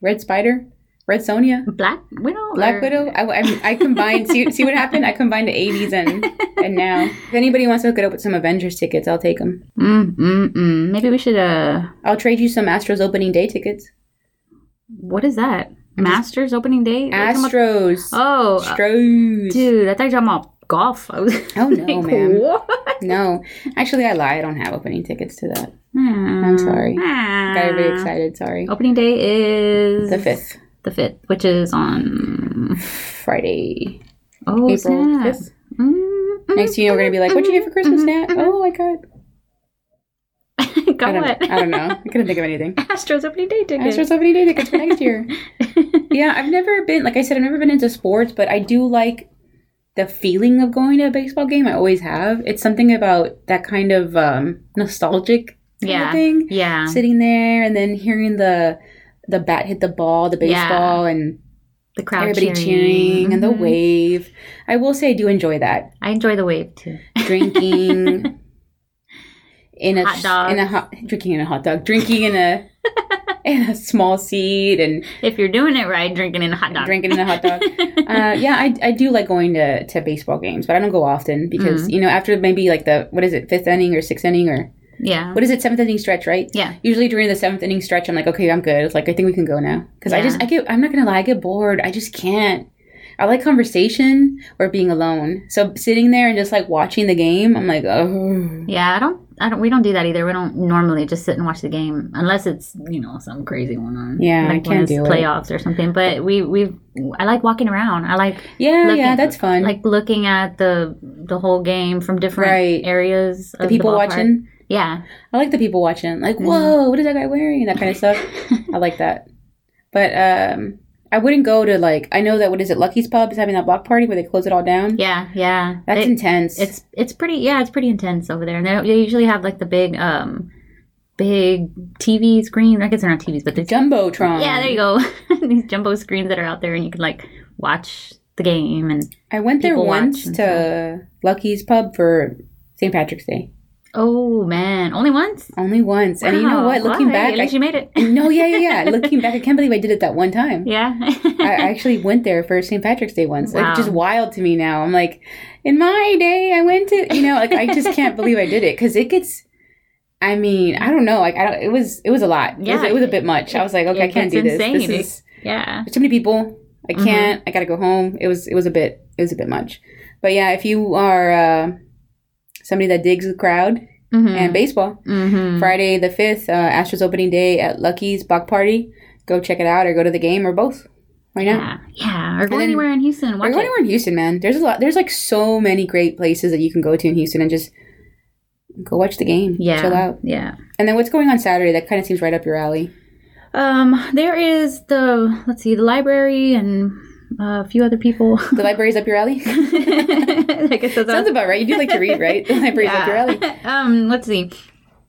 [SPEAKER 1] Red Spider, Red Sonia,
[SPEAKER 2] Black Widow?
[SPEAKER 1] Black
[SPEAKER 2] or-
[SPEAKER 1] Widow. I, I, I combined. see see what happened? I combined the '80s and and now. If anybody wants to hook it up with some Avengers tickets, I'll take them.
[SPEAKER 2] Mm, mm, mm. Maybe we should, uh,
[SPEAKER 1] I'll trade you some Astros opening day tickets.
[SPEAKER 2] what is that? Masters opening day? They come up-
[SPEAKER 1] Astros.
[SPEAKER 2] Oh, uh,
[SPEAKER 1] Astros.
[SPEAKER 2] dude, I thought you were talking about golf. I was
[SPEAKER 1] Oh, no,
[SPEAKER 2] like,
[SPEAKER 1] ma'am.
[SPEAKER 2] What?
[SPEAKER 1] No, actually, I lie. I don't have opening tickets to that. I'm sorry.
[SPEAKER 2] Ah. Oh.
[SPEAKER 1] Got very excited. Sorry.
[SPEAKER 2] Hmm, Opening day is
[SPEAKER 1] The fifth
[SPEAKER 2] The fifth, which is on
[SPEAKER 1] Friday,
[SPEAKER 2] oh
[SPEAKER 1] April
[SPEAKER 2] snap.
[SPEAKER 1] fifth.
[SPEAKER 2] Mm, mm.
[SPEAKER 1] Next, thing you know, we're gonna be like, "What'd you get for
[SPEAKER 2] Mm-hmm,
[SPEAKER 1] Christmas, Nat?" Oh my god. I
[SPEAKER 2] Got
[SPEAKER 1] don't.
[SPEAKER 2] mm-hmm. what?
[SPEAKER 1] I don't know. I couldn't think of anything.
[SPEAKER 2] Astros opening day ticket.
[SPEAKER 1] Astros opening day tickets for next year. yeah, I've never been. Like I said, I've never been into sports, but I do like the feeling of going to a baseball game. I always have. It's something about that kind of um, nostalgic kind of
[SPEAKER 2] yeah,
[SPEAKER 1] thing.
[SPEAKER 2] yeah.
[SPEAKER 1] Sitting there and then hearing the the bat hit the ball, the
[SPEAKER 2] Yeah.
[SPEAKER 1] baseball, and
[SPEAKER 2] the crowd
[SPEAKER 1] everybody cheering, and the
[SPEAKER 2] Mhm.
[SPEAKER 1] wave. I will say I do enjoy that
[SPEAKER 2] I enjoy the wave too.
[SPEAKER 1] drinking in a
[SPEAKER 2] Hot dog.
[SPEAKER 1] in a hot drinking in a hot dog, drinking in a in a small seat and
[SPEAKER 2] If you're doing it right, drinking in a hot dog.
[SPEAKER 1] drinking in a hot dog. Uh, yeah, I, I do like going to, to baseball games, but I don't go often because
[SPEAKER 2] Mm-hmm.
[SPEAKER 1] you know after maybe like the what is it fifth inning or sixth inning or
[SPEAKER 2] Yeah.
[SPEAKER 1] what is it seventh inning stretch right?
[SPEAKER 2] Yeah.
[SPEAKER 1] Usually during the seventh inning stretch, I'm like, okay, I'm good. It's like I think we can go now because I
[SPEAKER 2] Yeah.
[SPEAKER 1] just I get I'm not gonna lie, I get bored. I just can't. I like conversation or being alone. So sitting there and just like watching the game, I'm like, oh,
[SPEAKER 2] Yeah, I don't I don't we don't do that either. We don't normally just sit and watch the game unless it's, you know, some crazy one on.
[SPEAKER 1] Yeah, I
[SPEAKER 2] like when
[SPEAKER 1] can't
[SPEAKER 2] it's
[SPEAKER 1] do it.
[SPEAKER 2] playoffs or something. But we we I like walking around. I like
[SPEAKER 1] yeah,
[SPEAKER 2] Looking-
[SPEAKER 1] yeah, that's fun. Like
[SPEAKER 2] like looking at the the whole game from different
[SPEAKER 1] Right.
[SPEAKER 2] areas.
[SPEAKER 1] the people watching,
[SPEAKER 2] Yeah,
[SPEAKER 1] I like the people watching. Like, whoa, what is that guy wearing? That kind of stuff. I like that. But um, I wouldn't go to like I know that what is it? Lucky's Pub is having that block party where they close it all down.
[SPEAKER 2] yeah, yeah.
[SPEAKER 1] That's
[SPEAKER 2] It-
[SPEAKER 1] intense. It's
[SPEAKER 2] It's it's pretty yeah, it's pretty intense over there. And they, they usually have like the big um big TV screen. I guess they're not TVs, but the
[SPEAKER 1] jumbotron.
[SPEAKER 2] yeah, there you go. These jumbo screens that are out there, and you can like watch the game and
[SPEAKER 1] I went there
[SPEAKER 2] People watch
[SPEAKER 1] once
[SPEAKER 2] and
[SPEAKER 1] to Lucky's Pub for St. Patrick's Day.
[SPEAKER 2] oh man, only once.
[SPEAKER 1] Only once. And you know
[SPEAKER 2] Wow,
[SPEAKER 1] what? Looking
[SPEAKER 2] why?
[SPEAKER 1] back,
[SPEAKER 2] at least
[SPEAKER 1] I,
[SPEAKER 2] you made it.
[SPEAKER 1] no, yeah, yeah, yeah. Looking back, I can't believe I did it that one time.
[SPEAKER 2] yeah.
[SPEAKER 1] I I actually went there for St. Patrick's Day once.
[SPEAKER 2] Wow.
[SPEAKER 1] It's just wild to me now. I'm like, in my day, I went to, you know, like I just can't believe I did it because it gets. I mean, I don't know. Like, I don't. It was, it was a lot. It, was,
[SPEAKER 2] Yeah.
[SPEAKER 1] it was a bit much. I was like, okay, I
[SPEAKER 2] it
[SPEAKER 1] can't do
[SPEAKER 2] gets
[SPEAKER 1] this.
[SPEAKER 2] insane.
[SPEAKER 1] This is
[SPEAKER 2] yeah.
[SPEAKER 1] there's too many people. I
[SPEAKER 2] Mm-hmm.
[SPEAKER 1] can't. I gotta go home. It was, it was a bit, it was a bit much. But yeah, if you are uh, somebody that digs the crowd and baseball,
[SPEAKER 2] Mm-hmm.
[SPEAKER 1] Friday the fifth, uh, Astros opening day at Lucky's Buck Party. Go check it out, or go to the game, or both. Right now.
[SPEAKER 2] Yeah. Yeah. Or go
[SPEAKER 1] then-
[SPEAKER 2] anywhere in Houston.
[SPEAKER 1] Or
[SPEAKER 2] Watch
[SPEAKER 1] go
[SPEAKER 2] it.
[SPEAKER 1] anywhere in Houston, man. There's a lot. There's like so many great places that you can go to in Houston and just go watch the game.
[SPEAKER 2] Yeah.
[SPEAKER 1] chill out.
[SPEAKER 2] Yeah.
[SPEAKER 1] And then what's going on Saturday? That kind of seems right up your alley.
[SPEAKER 2] Um, there is the let's see, the library and uh, a few other people.
[SPEAKER 1] The library's up your alley.
[SPEAKER 2] I guess that's
[SPEAKER 1] Sounds about right. You do like to read, right? The library's up your alley.
[SPEAKER 2] um, let's see.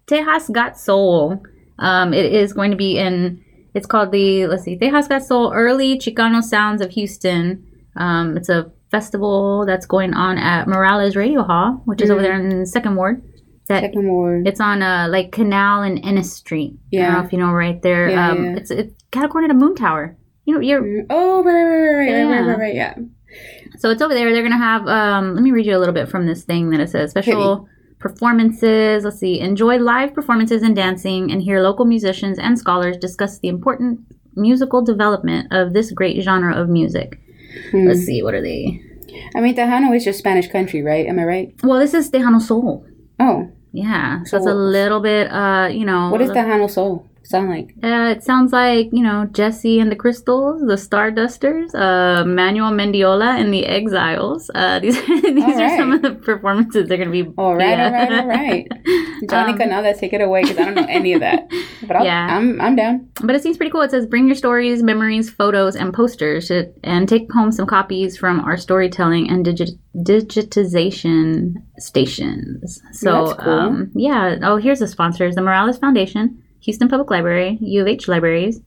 [SPEAKER 2] Tejas Got Soul. Um, it is going to be in. It's called the let's see, Tejas Got Soul Early Chicano Sounds of Houston. Um, it's a festival that's going on at Morales Radio Hall, which
[SPEAKER 1] Mm-hmm.
[SPEAKER 2] is over there in the Second Ward. That
[SPEAKER 1] Second ward.
[SPEAKER 2] it's on uh like Canal and Ennis Street. I don't
[SPEAKER 1] Yeah.
[SPEAKER 2] know if you know right there.
[SPEAKER 1] Yeah,
[SPEAKER 2] um,
[SPEAKER 1] yeah.
[SPEAKER 2] it's it's kind of corner to Moon Tower. You know, you're
[SPEAKER 1] Oh, right, right, right, right, right, right,
[SPEAKER 2] Yeah.
[SPEAKER 1] right, right. Yeah.
[SPEAKER 2] So it's over there. They're gonna have. Um, let me read you a little bit from this thing that it says. Special performances. Let's see. Enjoy live performances and dancing, and hear local musicians and scholars discuss the important musical development of this great genre of music. Let's see. What are they?
[SPEAKER 1] I mean, Tejano is just Spanish country, right? Am I right?
[SPEAKER 2] Well, this is Tejano Soul.
[SPEAKER 1] Oh,
[SPEAKER 2] Yeah. So it's a
[SPEAKER 1] So-
[SPEAKER 2] little bit. Uh, you know.
[SPEAKER 1] what does Tejano soul sound like?
[SPEAKER 2] Uh, it sounds like you know Jesse and the Crystals, the Stardusters, uh, Manuel Mendiola and the Exiles. Uh, these these
[SPEAKER 1] All
[SPEAKER 2] are some of
[SPEAKER 1] right.
[SPEAKER 2] the performances they're gonna be.
[SPEAKER 1] All right,
[SPEAKER 2] yeah.
[SPEAKER 1] all right, all right. Johnny
[SPEAKER 2] Um,
[SPEAKER 1] Canales, take it away because I don't know any of that. But I'll,
[SPEAKER 2] Yeah.
[SPEAKER 1] I'm, I'm down.
[SPEAKER 2] But it seems pretty cool. It says bring your stories, memories, photos, and posters, to, and take home some copies from our storytelling and digi- digitization stations. So,
[SPEAKER 1] That's cool.
[SPEAKER 2] um, yeah. Oh, here's the sponsors: the Morales Foundation, Houston Public Library, U of H Libraries,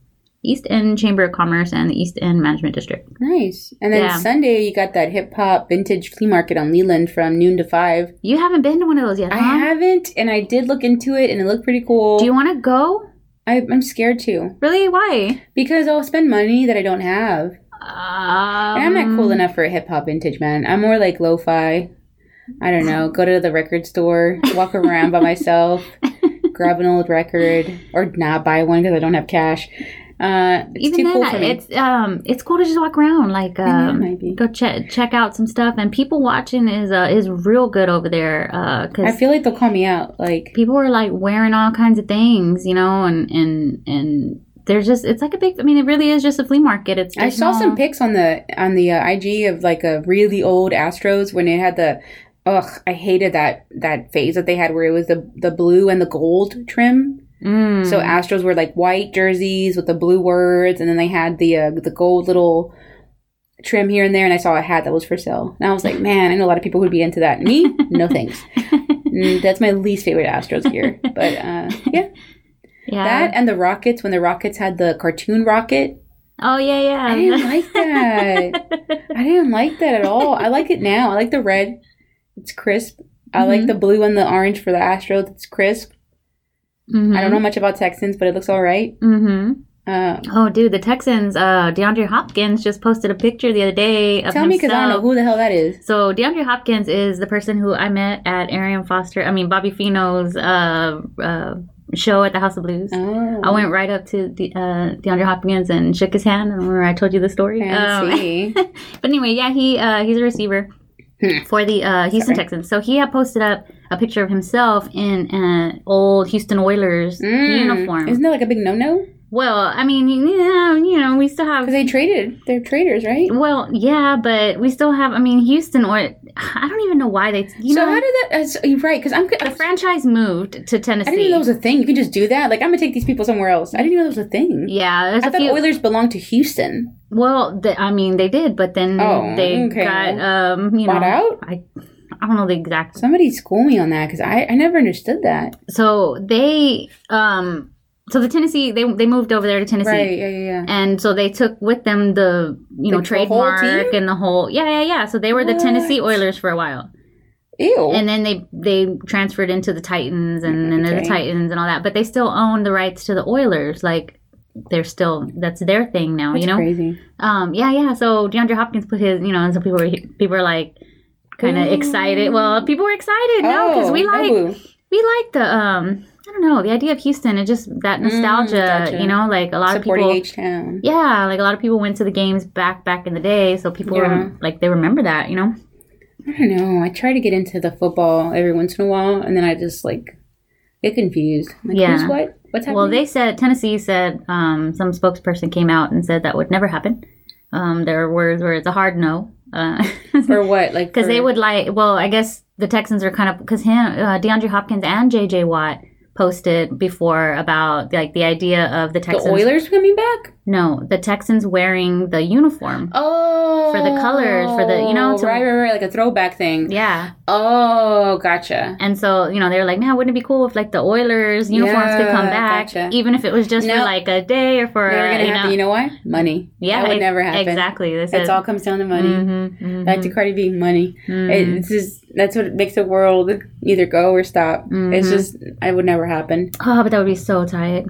[SPEAKER 2] East End Chamber of Commerce, and the East End Management District.
[SPEAKER 1] Nice. And then
[SPEAKER 2] Yeah.
[SPEAKER 1] Sunday, you got that hip hop vintage flea market on Leland from noon to five.
[SPEAKER 2] You haven't been to one of those yet, huh?
[SPEAKER 1] I haven't, and I did look into it, and it looked pretty cool.
[SPEAKER 2] Uh-huh. Do you want to go?
[SPEAKER 1] I, I'm scared too
[SPEAKER 2] Really? Why?
[SPEAKER 1] because I'll spend money that I don't have. And I'm
[SPEAKER 2] Um,
[SPEAKER 1] not cool enough for a hip hop vintage man. I'm more like lo fi. I don't know. Go to the record store, walk around by myself, grab an old record, or not buy one because I don't have cash. Uh, it's
[SPEAKER 2] Even
[SPEAKER 1] too
[SPEAKER 2] then,
[SPEAKER 1] cool for me.
[SPEAKER 2] it's um, it's cool to just walk around, like
[SPEAKER 1] Yeah,
[SPEAKER 2] um,
[SPEAKER 1] maybe.
[SPEAKER 2] go check check out some stuff. And people watching is uh is real good over there, uh,
[SPEAKER 1] I
[SPEAKER 2] because
[SPEAKER 1] feel like they'll call me out. Like,
[SPEAKER 2] people are like wearing all kinds of things, you know, and and and there's just it's like a big. I mean, it really is just a flea market. It's
[SPEAKER 1] I
[SPEAKER 2] there's
[SPEAKER 1] saw
[SPEAKER 2] no-
[SPEAKER 1] some pics on the on the uh, IG of like a really old Astros when it had the ugh I hated that that phase that they had where it was the the blue and the gold trim.
[SPEAKER 2] Mm.
[SPEAKER 1] So Astros were like white jerseys with the blue words, and then they had the uh, the gold little trim here and there. And I saw a hat that was for sale, and I was like, man, I know a lot of people would be into that. Me, no thanks. Mm, That's my least favorite Astros gear, but uh, yeah,
[SPEAKER 2] yeah.
[SPEAKER 1] that and the Rockets when the Rockets had the cartoon rocket.
[SPEAKER 2] oh yeah, yeah.
[SPEAKER 1] I didn't like that. I didn't like that at all. I like it now. I like the red. It's crisp. I like the blue and the orange for the Astros. It's crisp. I don't know much about Texans, but it looks all right.
[SPEAKER 2] Mm-hmm.
[SPEAKER 1] Uh,
[SPEAKER 2] Oh, dude, the Texans. Uh, DeAndre Hopkins just posted a picture the other day of
[SPEAKER 1] tell me because I don't know
[SPEAKER 2] himself.
[SPEAKER 1] who the hell that is.
[SPEAKER 2] So DeAndre Hopkins is the person who I met at Arian Foster. I mean Bobby Fino's uh, uh, show at the House of Blues.
[SPEAKER 1] Oh,
[SPEAKER 2] I went right up to the, uh, DeAndre Hopkins and shook his hand. And remember I told you the
[SPEAKER 1] Oh,
[SPEAKER 2] story. Um,
[SPEAKER 1] fancy.
[SPEAKER 2] but anyway, yeah, he uh, he's a receiver
[SPEAKER 1] Hmm.
[SPEAKER 2] for the uh, Houston Texans. So he had posted up a picture of himself in an old Houston Oilers
[SPEAKER 1] Mm.
[SPEAKER 2] uniform.
[SPEAKER 1] Isn't that like a big no-no?
[SPEAKER 2] well, I mean, yeah, you know, we still have
[SPEAKER 1] Because they traded. They're traders, right?
[SPEAKER 2] Well, yeah, but we still have. I mean, Houston or I don't even know why they. You
[SPEAKER 1] so
[SPEAKER 2] know,
[SPEAKER 1] how did that? Uh, so, you're right. Because I'm.
[SPEAKER 2] the franchise moved to Tennessee.
[SPEAKER 1] I didn't even know that was a thing. You can just do that. Like I'm gonna take these people somewhere else. I didn't even know that was a thing.
[SPEAKER 2] yeah, there's
[SPEAKER 1] I
[SPEAKER 2] a
[SPEAKER 1] thought
[SPEAKER 2] few.
[SPEAKER 1] Oilers belonged to Houston.
[SPEAKER 2] well, th I mean, they did, but then
[SPEAKER 1] Oh,
[SPEAKER 2] they
[SPEAKER 1] okay.
[SPEAKER 2] got um, you know,
[SPEAKER 1] Bought out?
[SPEAKER 2] I, I don't know the exact.
[SPEAKER 1] Somebody school me on that because I, I never understood that.
[SPEAKER 2] So they um, so the Tennessee they they moved over there to Tennessee.
[SPEAKER 1] Right. Yeah. Yeah. yeah.
[SPEAKER 2] And so they took with them the you know
[SPEAKER 1] The whole
[SPEAKER 2] trademark
[SPEAKER 1] team?
[SPEAKER 2] and the whole yeah yeah yeah. So they were the Tennessee Oilers for a while,
[SPEAKER 1] Ew.
[SPEAKER 2] and then they they transferred into the Titans and then they're the
[SPEAKER 1] Okay.
[SPEAKER 2] Titans and all that. But they still own the rights to the Oilers. Like they're still that's their thing now.
[SPEAKER 1] That's
[SPEAKER 2] you know.
[SPEAKER 1] crazy.
[SPEAKER 2] Um. Yeah. Yeah. So DeAndre Hopkins put his you know and so people were people were like kind of excited. Well, people were excited no because we
[SPEAKER 1] Mm. Oh,
[SPEAKER 2] like
[SPEAKER 1] no.
[SPEAKER 2] we like the um I don't know the idea of Houston and just that nostalgia.
[SPEAKER 1] Mm, gotcha.
[SPEAKER 2] You know, like a lot
[SPEAKER 1] supporting
[SPEAKER 2] of people.
[SPEAKER 1] H Town.
[SPEAKER 2] Yeah, like a lot of people went to the games back back in the day, so people
[SPEAKER 1] Yeah.
[SPEAKER 2] rem- like they remember that. You know.
[SPEAKER 1] I don't know. I try to get into the football every once in a while, and then I just like get confused. I'm like,
[SPEAKER 2] Yeah.
[SPEAKER 1] who's what? What's happening?
[SPEAKER 2] Well, they said Tennessee said um, some spokesperson came out and said that would never happen. Um, their words were it's a hard no. Uh,
[SPEAKER 1] for what? Like
[SPEAKER 2] because they
[SPEAKER 1] for-
[SPEAKER 2] would like. Well, I guess the Texans are kind of because him, uh, DeAndre Hopkins and J.J. Watt posted before about like the idea of the
[SPEAKER 1] the
[SPEAKER 2] Texans.
[SPEAKER 1] Oilers coming back.
[SPEAKER 2] No, the Texans wearing the uniform.
[SPEAKER 1] Oh,
[SPEAKER 2] For the colors, for the- you know, to-
[SPEAKER 1] right, right, right, like a throwback thing.
[SPEAKER 2] Yeah,
[SPEAKER 1] Oh, gotcha.
[SPEAKER 2] and so you know they're like, man, wouldn't it be cool if like the Oilers uniforms could come
[SPEAKER 1] Yeah,
[SPEAKER 2] back,
[SPEAKER 1] gotcha.
[SPEAKER 2] even if it was just for
[SPEAKER 1] No.
[SPEAKER 2] like a day or for
[SPEAKER 1] Never
[SPEAKER 2] uh,
[SPEAKER 1] gonna
[SPEAKER 2] you
[SPEAKER 1] happen.
[SPEAKER 2] know,
[SPEAKER 1] You know why? Money.
[SPEAKER 2] yeah,
[SPEAKER 1] that would
[SPEAKER 2] ex-
[SPEAKER 1] never happen.
[SPEAKER 2] Exactly, Mm-hmm. this
[SPEAKER 1] It all comes down to money. Back to Cardi B, money.
[SPEAKER 2] mm-hmm.
[SPEAKER 1] It- It's just that's what makes the world either go or stop.
[SPEAKER 2] Mm-hmm.
[SPEAKER 1] It's just it would never happen.
[SPEAKER 2] Oh, but that would be so tight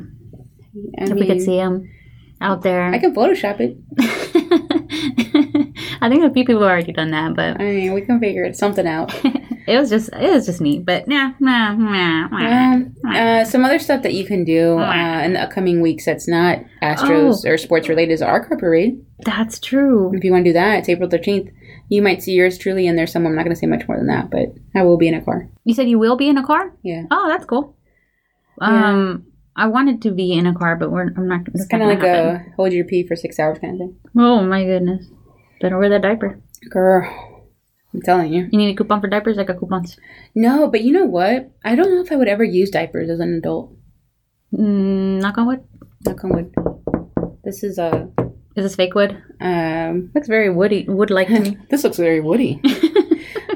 [SPEAKER 1] I
[SPEAKER 2] if we could
[SPEAKER 1] mean,
[SPEAKER 2] see him out there.
[SPEAKER 1] I
[SPEAKER 2] I,
[SPEAKER 1] can Photoshop it.
[SPEAKER 2] think a few people have already done that, but
[SPEAKER 1] I mean, we can figure it something out.
[SPEAKER 2] it was just it was just neat. But nah, nah, nah, nah.
[SPEAKER 1] Um, uh, some other stuff that you can do uh, in the upcoming weeks that's not Astros or sports related is our car parade.
[SPEAKER 2] that's true.
[SPEAKER 1] If you want to do that, it's April 13th. You might see yours truly in there somewhere. I'm not going to say much more than that, but I will be in a car.
[SPEAKER 2] You said you will be in a car.
[SPEAKER 1] Yeah.
[SPEAKER 2] Oh, that's cool. Um, I wanted to be in a car, but we're I'm not. It's
[SPEAKER 1] Kind of like a hold your pee for six hours kind of thing.
[SPEAKER 2] Oh my goodness! Better wear that diaper.
[SPEAKER 1] Girl, I'm telling you.
[SPEAKER 2] You need a coupon for diapers. I got coupons.
[SPEAKER 1] No, but you know what? I don't know if I would ever use diapers as an adult.
[SPEAKER 2] Mm, knock on wood.
[SPEAKER 1] Knock on wood. This is a.
[SPEAKER 2] Is this fake wood?
[SPEAKER 1] Um,
[SPEAKER 2] Looks very woody, wood like to me.
[SPEAKER 1] this looks very woody.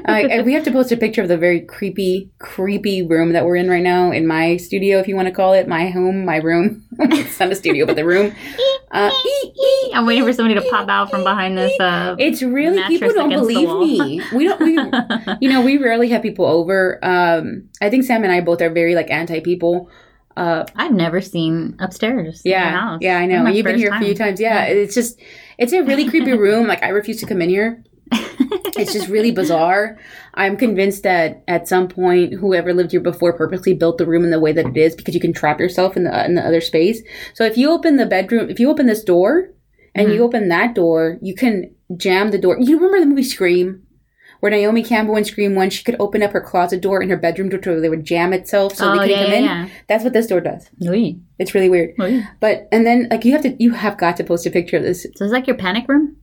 [SPEAKER 1] I, I- we have to post a picture of the very creepy, creepy room that we're in right now in my studio, if you want to call it my home, my room. it's not a studio, but the room. Uh,
[SPEAKER 2] I'm waiting for somebody to pop out from behind this. Uh,
[SPEAKER 1] it's really
[SPEAKER 2] Mattress
[SPEAKER 1] people don't
[SPEAKER 2] against the
[SPEAKER 1] believe
[SPEAKER 2] wall.
[SPEAKER 1] me. We don't. We, you know, we rarely have people over. Um, I think Sam and I both are very like anti people. Uh,
[SPEAKER 2] I've never seen upstairs. in the
[SPEAKER 1] Yeah,
[SPEAKER 2] house.
[SPEAKER 1] yeah, I
[SPEAKER 2] This is
[SPEAKER 1] know.
[SPEAKER 2] my
[SPEAKER 1] You've been
[SPEAKER 2] first
[SPEAKER 1] here a few
[SPEAKER 2] time.
[SPEAKER 1] times. Yeah, it's just it's a really creepy room. Like I refuse to come in here. it's just really bizarre. I'm convinced that at some point, whoever lived here before purposely built the room in the way that it is because you can trap yourself in the in the other space. So if you open the bedroom, if you open this door and
[SPEAKER 2] Mm-hmm.
[SPEAKER 1] you open that door, you can jam the door. You remember the movie Scream? Where Naomi Campbell in Scream One, she could open up her closet door and her bedroom door, so they would jam itself so
[SPEAKER 2] Oh,
[SPEAKER 1] they couldn't
[SPEAKER 2] yeah,
[SPEAKER 1] come
[SPEAKER 2] yeah,
[SPEAKER 1] in.
[SPEAKER 2] yeah.
[SPEAKER 1] That's what this door does.
[SPEAKER 2] Ooh,
[SPEAKER 1] It's really weird.
[SPEAKER 2] ooh.
[SPEAKER 1] But and then like you have to you have got to post a picture of this.
[SPEAKER 2] So it's like your panic room.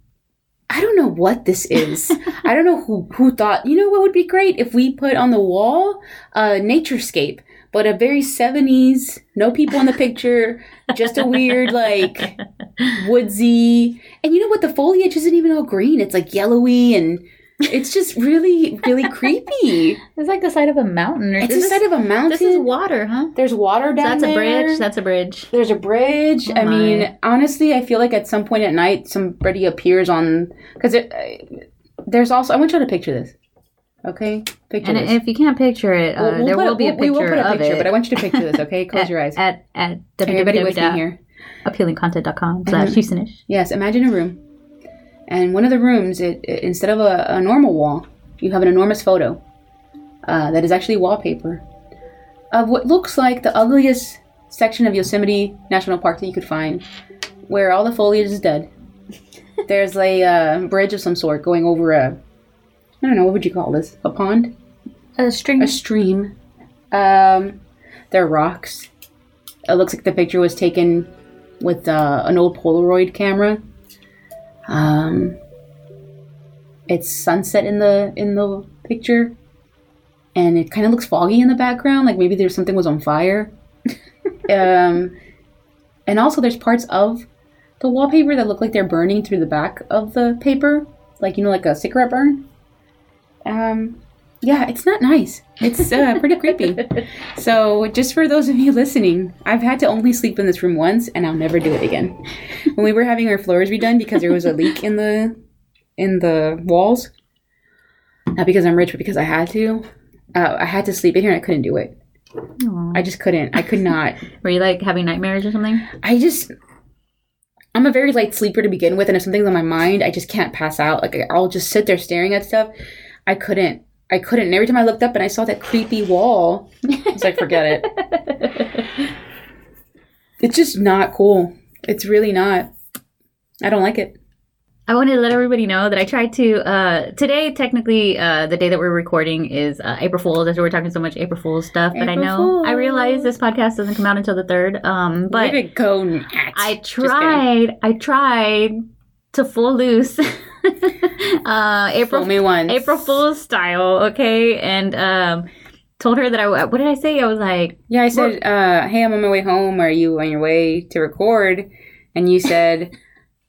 [SPEAKER 1] I don't know what this is. I don't know who who thought, you know what would be great if we put on the wall a naturescape, but a very 70s, no people in the picture, just a weird like woodsy. And you know what the foliage isn't even all green. It's like yellowy and it's just really really creepy.
[SPEAKER 2] It's like the side of a mountain. Or
[SPEAKER 1] It's
[SPEAKER 2] is
[SPEAKER 1] the
[SPEAKER 2] this-
[SPEAKER 1] side of a mountain.
[SPEAKER 2] This is water, huh?
[SPEAKER 1] There's water down
[SPEAKER 2] That's a
[SPEAKER 1] there.
[SPEAKER 2] bridge. That's a bridge.
[SPEAKER 1] There's a bridge. I
[SPEAKER 2] my.
[SPEAKER 1] mean, honestly, I feel like at some point at night, somebody appears on because there's also. I want y'all to picture this. Okay, picture
[SPEAKER 2] And
[SPEAKER 1] this.
[SPEAKER 2] if you can't picture it, uh,
[SPEAKER 1] We'll- we'll
[SPEAKER 2] there
[SPEAKER 1] put
[SPEAKER 2] will be a
[SPEAKER 1] we
[SPEAKER 2] picture
[SPEAKER 1] will put a
[SPEAKER 2] of
[SPEAKER 1] picture,
[SPEAKER 2] it.
[SPEAKER 1] but I want you to picture this. Okay, close your eyes.
[SPEAKER 2] at at
[SPEAKER 1] Everybody with me
[SPEAKER 2] www.appealingcontent.com
[SPEAKER 1] here.
[SPEAKER 2] slash Houstonish.
[SPEAKER 1] Yes, imagine a room, and one of the rooms, it, it- instead of a, a normal wall, you have an enormous photo uh, that is actually wallpaper of what looks like the ugliest section of Yosemite National Park that you could find, where all the foliage is dead. There's a uh, bridge of some sort going over a, I don't know, what would you call this? A pond?
[SPEAKER 2] A string.
[SPEAKER 1] a stream. Um, they're rocks. It looks like the picture was taken with uh, an old Polaroid camera. Um, it's sunset in the in the picture, and it kind of looks foggy in the background, like maybe there's something was on fire. um, and also there's parts of the wallpaper that look like they're burning through the back of the paper, like you know, like a cigarette burn. Um, Yeah, it's not nice. It's uh, pretty creepy. So, just for those of you listening, I've had to only sleep in this room once, and I'll never do it again. When we were having our floors redone because there was a leak in the in the walls, not because I'm rich, but because I had to, uh, I had to sleep in here, and I couldn't do it.
[SPEAKER 2] Aw.
[SPEAKER 1] I just couldn't. I could not.
[SPEAKER 2] Were you like having nightmares or something?
[SPEAKER 1] I just. I'm a very light sleeper to begin with, and if something's on my mind, I just can't pass out. Like I'll just sit there staring at stuff. I couldn't. I couldn't. And every time I looked up and I saw that creepy wall, I was like, forget it. It's just not cool. It's really not. I don't like it.
[SPEAKER 2] I wanted to let everybody know that I tried to uh, today. Technically, uh, the day that we're recording is uh, April Fools. After we're talking so much April Fools stuff, but I
[SPEAKER 1] April
[SPEAKER 2] know I realize this podcast doesn't come out until the third. Um, but
[SPEAKER 1] Way to go, Nat.
[SPEAKER 2] I
[SPEAKER 1] Just kidding.
[SPEAKER 2] tried. I tried to fool loose. uh, April
[SPEAKER 1] Fool me once.
[SPEAKER 2] April Fool's style, okay, and um, told her that I. What did I say? I was like,
[SPEAKER 1] Yeah, I said, uh, "Hey, I'm on my way home. Are you on your way to record?" And you said,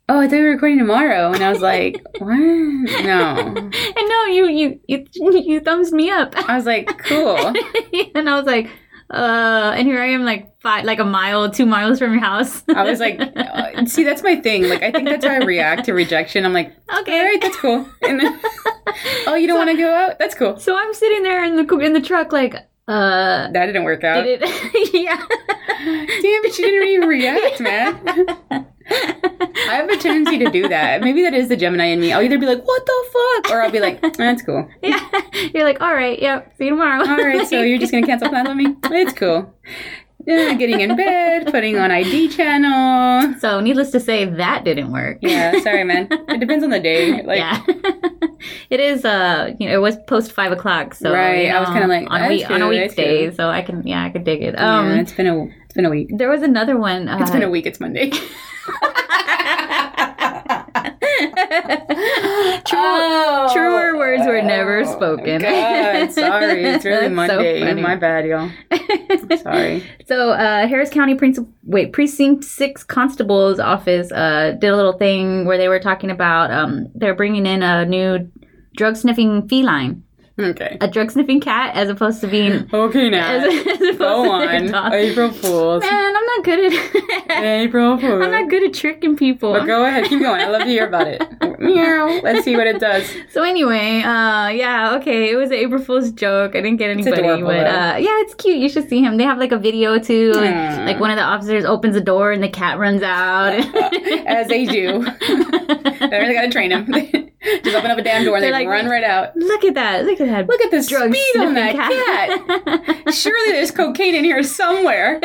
[SPEAKER 1] "Oh, I thought we were recording tomorrow." And I was like, "What? No."
[SPEAKER 2] and "Eh, no, you you you you thumbs me up.
[SPEAKER 1] I was like, "Cool."
[SPEAKER 2] and I was like, uh, and here I am, like five, like a mile, two miles from your house.
[SPEAKER 1] I was like, uh, "See, that's my thing. Like, I think that's how I react to rejection. I'm like, all
[SPEAKER 2] okay.
[SPEAKER 1] right, that's cool." And then, "Oh, you don't want to go out? That's cool."
[SPEAKER 2] So I'm sitting there in the in the truck, like, uh,
[SPEAKER 1] That didn't work out.
[SPEAKER 2] did it? yeah.
[SPEAKER 1] Damn, but she didn't even react, man. I have a tendency to do that. Maybe that is the Gemini in me. I'll either be like, "What the fuck," or I'll be like, "That's cool."
[SPEAKER 2] yeah. You're like, all right, yeah, see you tomorrow.
[SPEAKER 1] All right, so you're just gonna cancel plans on me? It's cool. Yeah, getting in bed, putting on ID channel.
[SPEAKER 2] So, needless to say, that didn't work.
[SPEAKER 1] Yeah, sorry, man. It depends on the day. Like,
[SPEAKER 2] yeah, it is. Uh, you know, it was post five o'clock, so
[SPEAKER 1] Right,
[SPEAKER 2] you
[SPEAKER 1] I was
[SPEAKER 2] know,
[SPEAKER 1] kinda like,
[SPEAKER 2] on a
[SPEAKER 1] that's
[SPEAKER 2] week, on a
[SPEAKER 1] good, that's
[SPEAKER 2] weekday,
[SPEAKER 1] good.
[SPEAKER 2] so I can, yeah, I could dig it.
[SPEAKER 1] yeah,
[SPEAKER 2] Um,
[SPEAKER 1] it's been a it's been a week.
[SPEAKER 2] there was another one. Uh,
[SPEAKER 1] It's been a week. It's Monday. True.
[SPEAKER 2] truer words were never spoken.
[SPEAKER 1] Oh, God, sorry. It's really
[SPEAKER 2] That's so
[SPEAKER 1] Monday.
[SPEAKER 2] funny.
[SPEAKER 1] My bad, y'all. Sorry.
[SPEAKER 2] So, uh, Harris County Princi- wait, Precinct 6 Constable's office uh, did a little thing where they were talking about um, they're bringing in a new drug sniffing feline,
[SPEAKER 1] Okay.
[SPEAKER 2] a drug sniffing cat, as opposed to being.
[SPEAKER 1] Okay,
[SPEAKER 2] As,
[SPEAKER 1] now.
[SPEAKER 2] as opposed
[SPEAKER 1] Go
[SPEAKER 2] to their dog.
[SPEAKER 1] on. April Fools.
[SPEAKER 2] Man, I'm not good at.
[SPEAKER 1] April Fools.
[SPEAKER 2] I'm not good at tricking people.
[SPEAKER 1] But go ahead, keep going. I love to hear about it. Meow. Let's see what it does.
[SPEAKER 2] So anyway, uh, yeah, okay, it was an April Fool's joke. I didn't get anybody,
[SPEAKER 1] adorable,
[SPEAKER 2] but
[SPEAKER 1] though.
[SPEAKER 2] uh, yeah, it's cute. You should see him. They have like a video too. and,
[SPEAKER 1] Mm.
[SPEAKER 2] Like one of the officers opens the door and the cat runs out.
[SPEAKER 1] As they do. They really gotta train them. Just open up a damn door and
[SPEAKER 2] They're
[SPEAKER 1] they
[SPEAKER 2] like-
[SPEAKER 1] run right out.
[SPEAKER 2] Look at that! Look at that!
[SPEAKER 1] Look at the
[SPEAKER 2] drug
[SPEAKER 1] speed on
[SPEAKER 2] sniffing
[SPEAKER 1] that cat. Surely there's cocaine in here somewhere.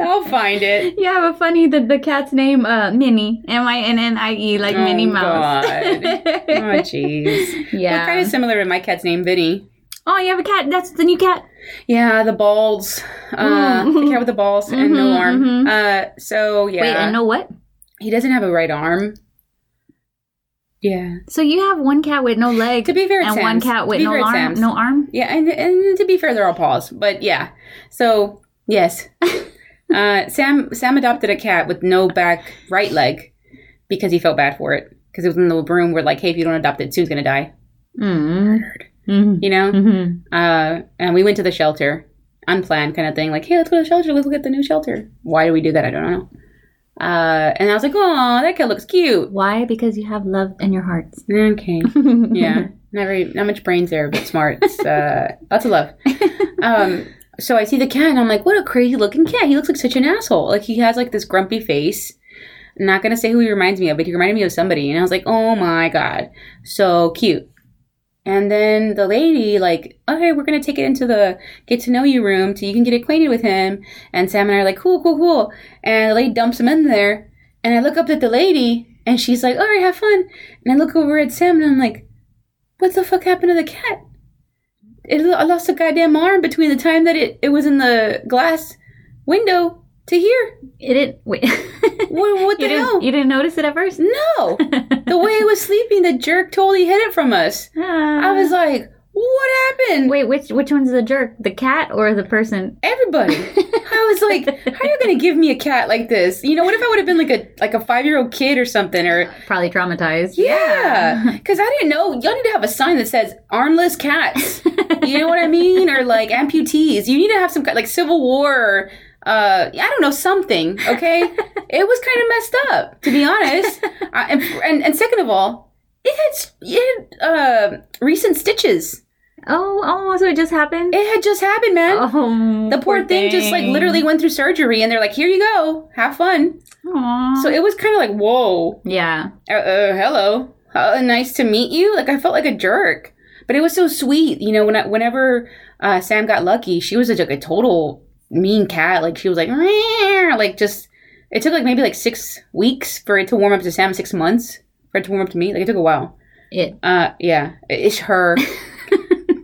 [SPEAKER 1] I'll find it.
[SPEAKER 2] yeah, but funny that the cat's name uh Minnie M I N N I E like Minnie
[SPEAKER 1] oh,
[SPEAKER 2] Mouse.
[SPEAKER 1] God. Oh, jeez.
[SPEAKER 2] Yeah.
[SPEAKER 1] Well, kind of similar to my cat's name, Vinny.
[SPEAKER 2] Oh, you have a cat. That's the new cat.
[SPEAKER 1] Yeah, the balls. Uh,
[SPEAKER 2] Mm,
[SPEAKER 1] The cat with the balls and no
[SPEAKER 2] Mhm,
[SPEAKER 1] arm.
[SPEAKER 2] mhm.
[SPEAKER 1] Uh, so, yeah.
[SPEAKER 2] mm-hmm. Wait, and no what?
[SPEAKER 1] He doesn't have a right arm. Yeah.
[SPEAKER 2] So you have one cat with no leg
[SPEAKER 1] To be fair, it's
[SPEAKER 2] and one
[SPEAKER 1] Sam's.
[SPEAKER 2] cat
[SPEAKER 1] To
[SPEAKER 2] with
[SPEAKER 1] be
[SPEAKER 2] no
[SPEAKER 1] fair, it's
[SPEAKER 2] arm.
[SPEAKER 1] Sam's.
[SPEAKER 2] No arm.
[SPEAKER 1] Yeah, and, and to be fair, they're all paws. But yeah, so yes, uh, Sam Sam adopted a cat with no back right leg because he felt bad for it because it was in the room where like, hey, if you don't adopt it, Sue's gonna die,
[SPEAKER 2] Mm. Mm.
[SPEAKER 1] you know.
[SPEAKER 2] Mm-hmm.
[SPEAKER 1] Uh, and we went to the shelter, unplanned kind of thing, like, hey, let's go to the shelter, let's look at the new shelter. Why do we do that? I don't know. Uh, and I was like, oh, that cat looks cute.
[SPEAKER 2] Why? Because you have love in your hearts.
[SPEAKER 1] Okay. yeah not very not much brains there but smart It's, uh, lots of love um, so i see the cat and i'm like what a crazy looking cat he looks like such an asshole like he has like this grumpy face I'm not gonna say who he reminds me of but he reminded me of somebody and i was like oh my god so cute and then the lady like okay we're gonna take it into the get to know you room so you can get acquainted with him and sam and i are like cool cool cool and the lady dumps him in there and i look up at the lady and she's like all right have fun and i look over at sam and i'm like what the fuck happened to the cat? It lo- I lost a goddamn arm between the time that it, it was in the glass window to here.
[SPEAKER 2] It didn't. Wait.
[SPEAKER 1] What, what the
[SPEAKER 2] you didn't.
[SPEAKER 1] hell?
[SPEAKER 2] You didn't notice it at first.
[SPEAKER 1] no. the way it was sleeping, the jerk totally hid it from us. I was like, what happened?
[SPEAKER 2] Ah. Uh-huh. Wait, which which one's the jerk? The cat or the person?
[SPEAKER 1] Everybody. I was like, how are you going to give me a cat like this? You know, what if I would have been like a like a 5-year-old kid or something or
[SPEAKER 2] Probably traumatized.
[SPEAKER 1] Yeah, because I didn't know. Y'all need to have a sign that says "armless cats." You know what I mean? Or like amputees. You need to have some kind like Civil War. Uh, I don't know something. Okay, it was kind of messed up to be honest. Uh, and, and and second of all, it had s- it had uh, recent stitches.
[SPEAKER 2] Oh, oh, so it just happened?
[SPEAKER 1] It had just happened, man.
[SPEAKER 2] oh,
[SPEAKER 1] the poor, thing, just like literally went through surgery, and they're like, "Here you go, have fun."
[SPEAKER 2] Aw.
[SPEAKER 1] So it was kind of like, "Whoa,
[SPEAKER 2] yeah.
[SPEAKER 1] uh, uh, hello, uh, nice to meet you." Like I felt like a jerk, but it was so sweet. You know, when I, whenever uh, Sam got lucky, she was like a total mean cat. Like she was like, "Meow," like just. It took like maybe like six weeks for it to warm up to Sam, six months for it to warm up to me. Like it took a while.
[SPEAKER 2] It
[SPEAKER 1] Uh, yeah, it's her.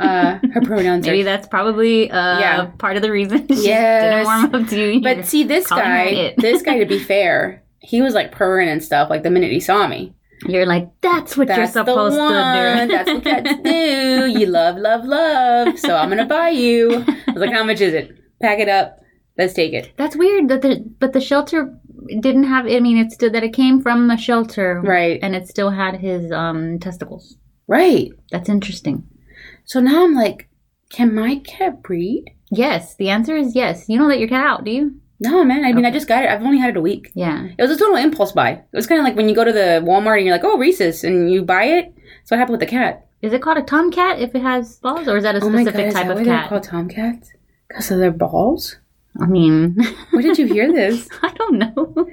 [SPEAKER 1] uh, her pronouns
[SPEAKER 2] maybe
[SPEAKER 1] are.
[SPEAKER 2] that's probably uh
[SPEAKER 1] Yeah.
[SPEAKER 2] part of the reason she
[SPEAKER 1] Yes.
[SPEAKER 2] didn't warm up to you.
[SPEAKER 1] But see, this
[SPEAKER 2] Calling her
[SPEAKER 1] guy,
[SPEAKER 2] it.
[SPEAKER 1] this guy, to be fair, he was like purring and stuff. Like the minute he saw me,
[SPEAKER 2] you're like, that's what
[SPEAKER 1] that's
[SPEAKER 2] you're
[SPEAKER 1] the one.
[SPEAKER 2] supposed to do.
[SPEAKER 1] That's what cats do. You love, love, love. So I'm gonna buy you. I was like, how much is it? Pack it up. Let's take it.
[SPEAKER 2] That's weird that the but the shelter didn't have. I mean, it's still that it came from the shelter,
[SPEAKER 1] Right.
[SPEAKER 2] And it still had his um testicles.
[SPEAKER 1] Right.
[SPEAKER 2] That's interesting.
[SPEAKER 1] So now I'm like, can my cat breed?
[SPEAKER 2] Yes, the answer is yes. You don't let your cat out, do you?
[SPEAKER 1] No, man. I mean, I just got it. I've only had it a week.
[SPEAKER 2] Yeah.
[SPEAKER 1] It was a total impulse buy. It was kind of like when you go to the Walmart and you're like, oh, Reese's, and you buy it. That's what happened with the cat. Oh
[SPEAKER 2] Is it called a tomcat if it has balls, or is that a specific
[SPEAKER 1] is
[SPEAKER 2] type
[SPEAKER 1] that
[SPEAKER 2] of
[SPEAKER 1] what they're
[SPEAKER 2] cat?
[SPEAKER 1] called tomcats? Because of their balls?
[SPEAKER 2] I mean,
[SPEAKER 1] Where did you hear this?
[SPEAKER 2] I don't know.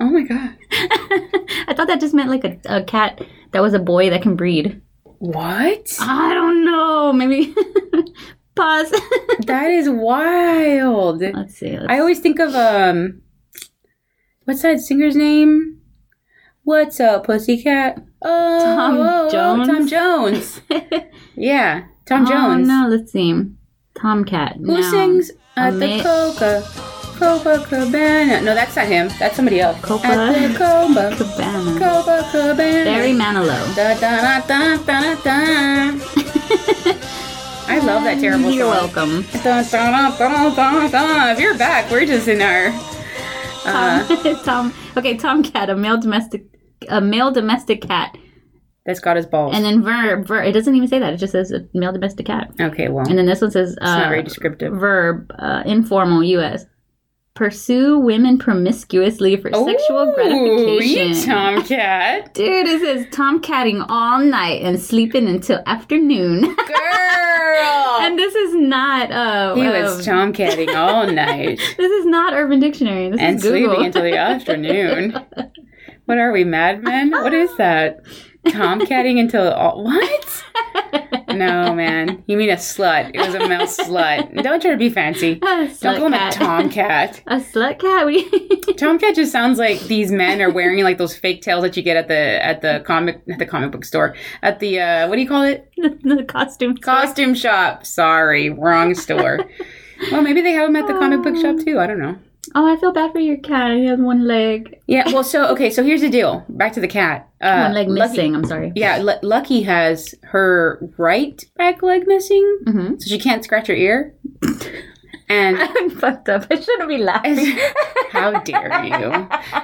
[SPEAKER 1] Oh my god.
[SPEAKER 2] I thought that just meant like a, a cat that was a boy that can breed.
[SPEAKER 1] What?
[SPEAKER 2] I don't know. Maybe pause.
[SPEAKER 1] that is wild.
[SPEAKER 2] Let's see. Let's,
[SPEAKER 1] I always think of um what's that singer's name? What's up, pussycat? Oh,
[SPEAKER 2] Tom
[SPEAKER 1] oh, oh,
[SPEAKER 2] Jones?
[SPEAKER 1] Tom Jones. yeah, Tom
[SPEAKER 2] Oh,
[SPEAKER 1] Jones.
[SPEAKER 2] no, let's see. Tomcat.
[SPEAKER 1] Who
[SPEAKER 2] no.
[SPEAKER 1] sings at the
[SPEAKER 2] Ama-
[SPEAKER 1] Coca? Copa Cabana. No, that's not him. That's somebody else.
[SPEAKER 2] Copa-
[SPEAKER 1] At the Copa.
[SPEAKER 2] Cabana.
[SPEAKER 1] Copa Cabana.
[SPEAKER 2] Barry Manilow.
[SPEAKER 1] Da, da, da, da, da, da. I love that terrible
[SPEAKER 2] You're
[SPEAKER 1] song.
[SPEAKER 2] welcome.
[SPEAKER 1] Dun, dun, dun, dun, dun, dun. If you're back, we're just in our. Uh,
[SPEAKER 2] Tom, Tom. Okay, Tomcat, a male domestic, a male domestic cat,
[SPEAKER 1] that's got his balls.
[SPEAKER 2] and then verb. Ver, it doesn't even say that. It just says a male domestic cat.
[SPEAKER 1] okay, well,
[SPEAKER 2] And then this one says
[SPEAKER 1] it's
[SPEAKER 2] uh,
[SPEAKER 1] not very descriptive.
[SPEAKER 2] verb, uh, informal, U.S. Pursue women promiscuously for sexual
[SPEAKER 1] Ooh,
[SPEAKER 2] gratification.
[SPEAKER 1] You tomcat.
[SPEAKER 2] Dude, it says tomcatting all night and sleeping until afternoon.
[SPEAKER 1] Girl!
[SPEAKER 2] and this is not. Uh,
[SPEAKER 1] Oh. he
[SPEAKER 2] um,
[SPEAKER 1] was tomcatting all night
[SPEAKER 2] This is not Urban Dictionary. This
[SPEAKER 1] and
[SPEAKER 2] is Google.
[SPEAKER 1] sleeping until the afternoon. What are we, madmen? What is that? Tomcatting until all. What? No, man. You mean a slut. It was a male slut. Don't try to be fancy.
[SPEAKER 2] a slut
[SPEAKER 1] Don't call him a
[SPEAKER 2] cat.
[SPEAKER 1] tomcat.
[SPEAKER 2] A slut cat. What do you-
[SPEAKER 1] Tomcat just sounds like these men are wearing like those fake tails that you get at the at the comic at the comic book store at the uh, what do you call it
[SPEAKER 2] the, the costume.
[SPEAKER 1] costume shop. Sorry, wrong store. well, maybe they have them at the comic book shop too. I don't know.
[SPEAKER 2] Oh, I feel bad for your cat. He has one leg.
[SPEAKER 1] Yeah. Well, so okay. So here's the deal. Back to the cat. Uh,
[SPEAKER 2] one leg
[SPEAKER 1] Lucky-
[SPEAKER 2] missing. I'm sorry.
[SPEAKER 1] yeah, Lu Lucky has her right back leg missing,
[SPEAKER 2] Mm-hmm.
[SPEAKER 1] so she can't scratch her ear. And
[SPEAKER 2] I'm fucked up. I shouldn't be laughing.
[SPEAKER 1] how dare you,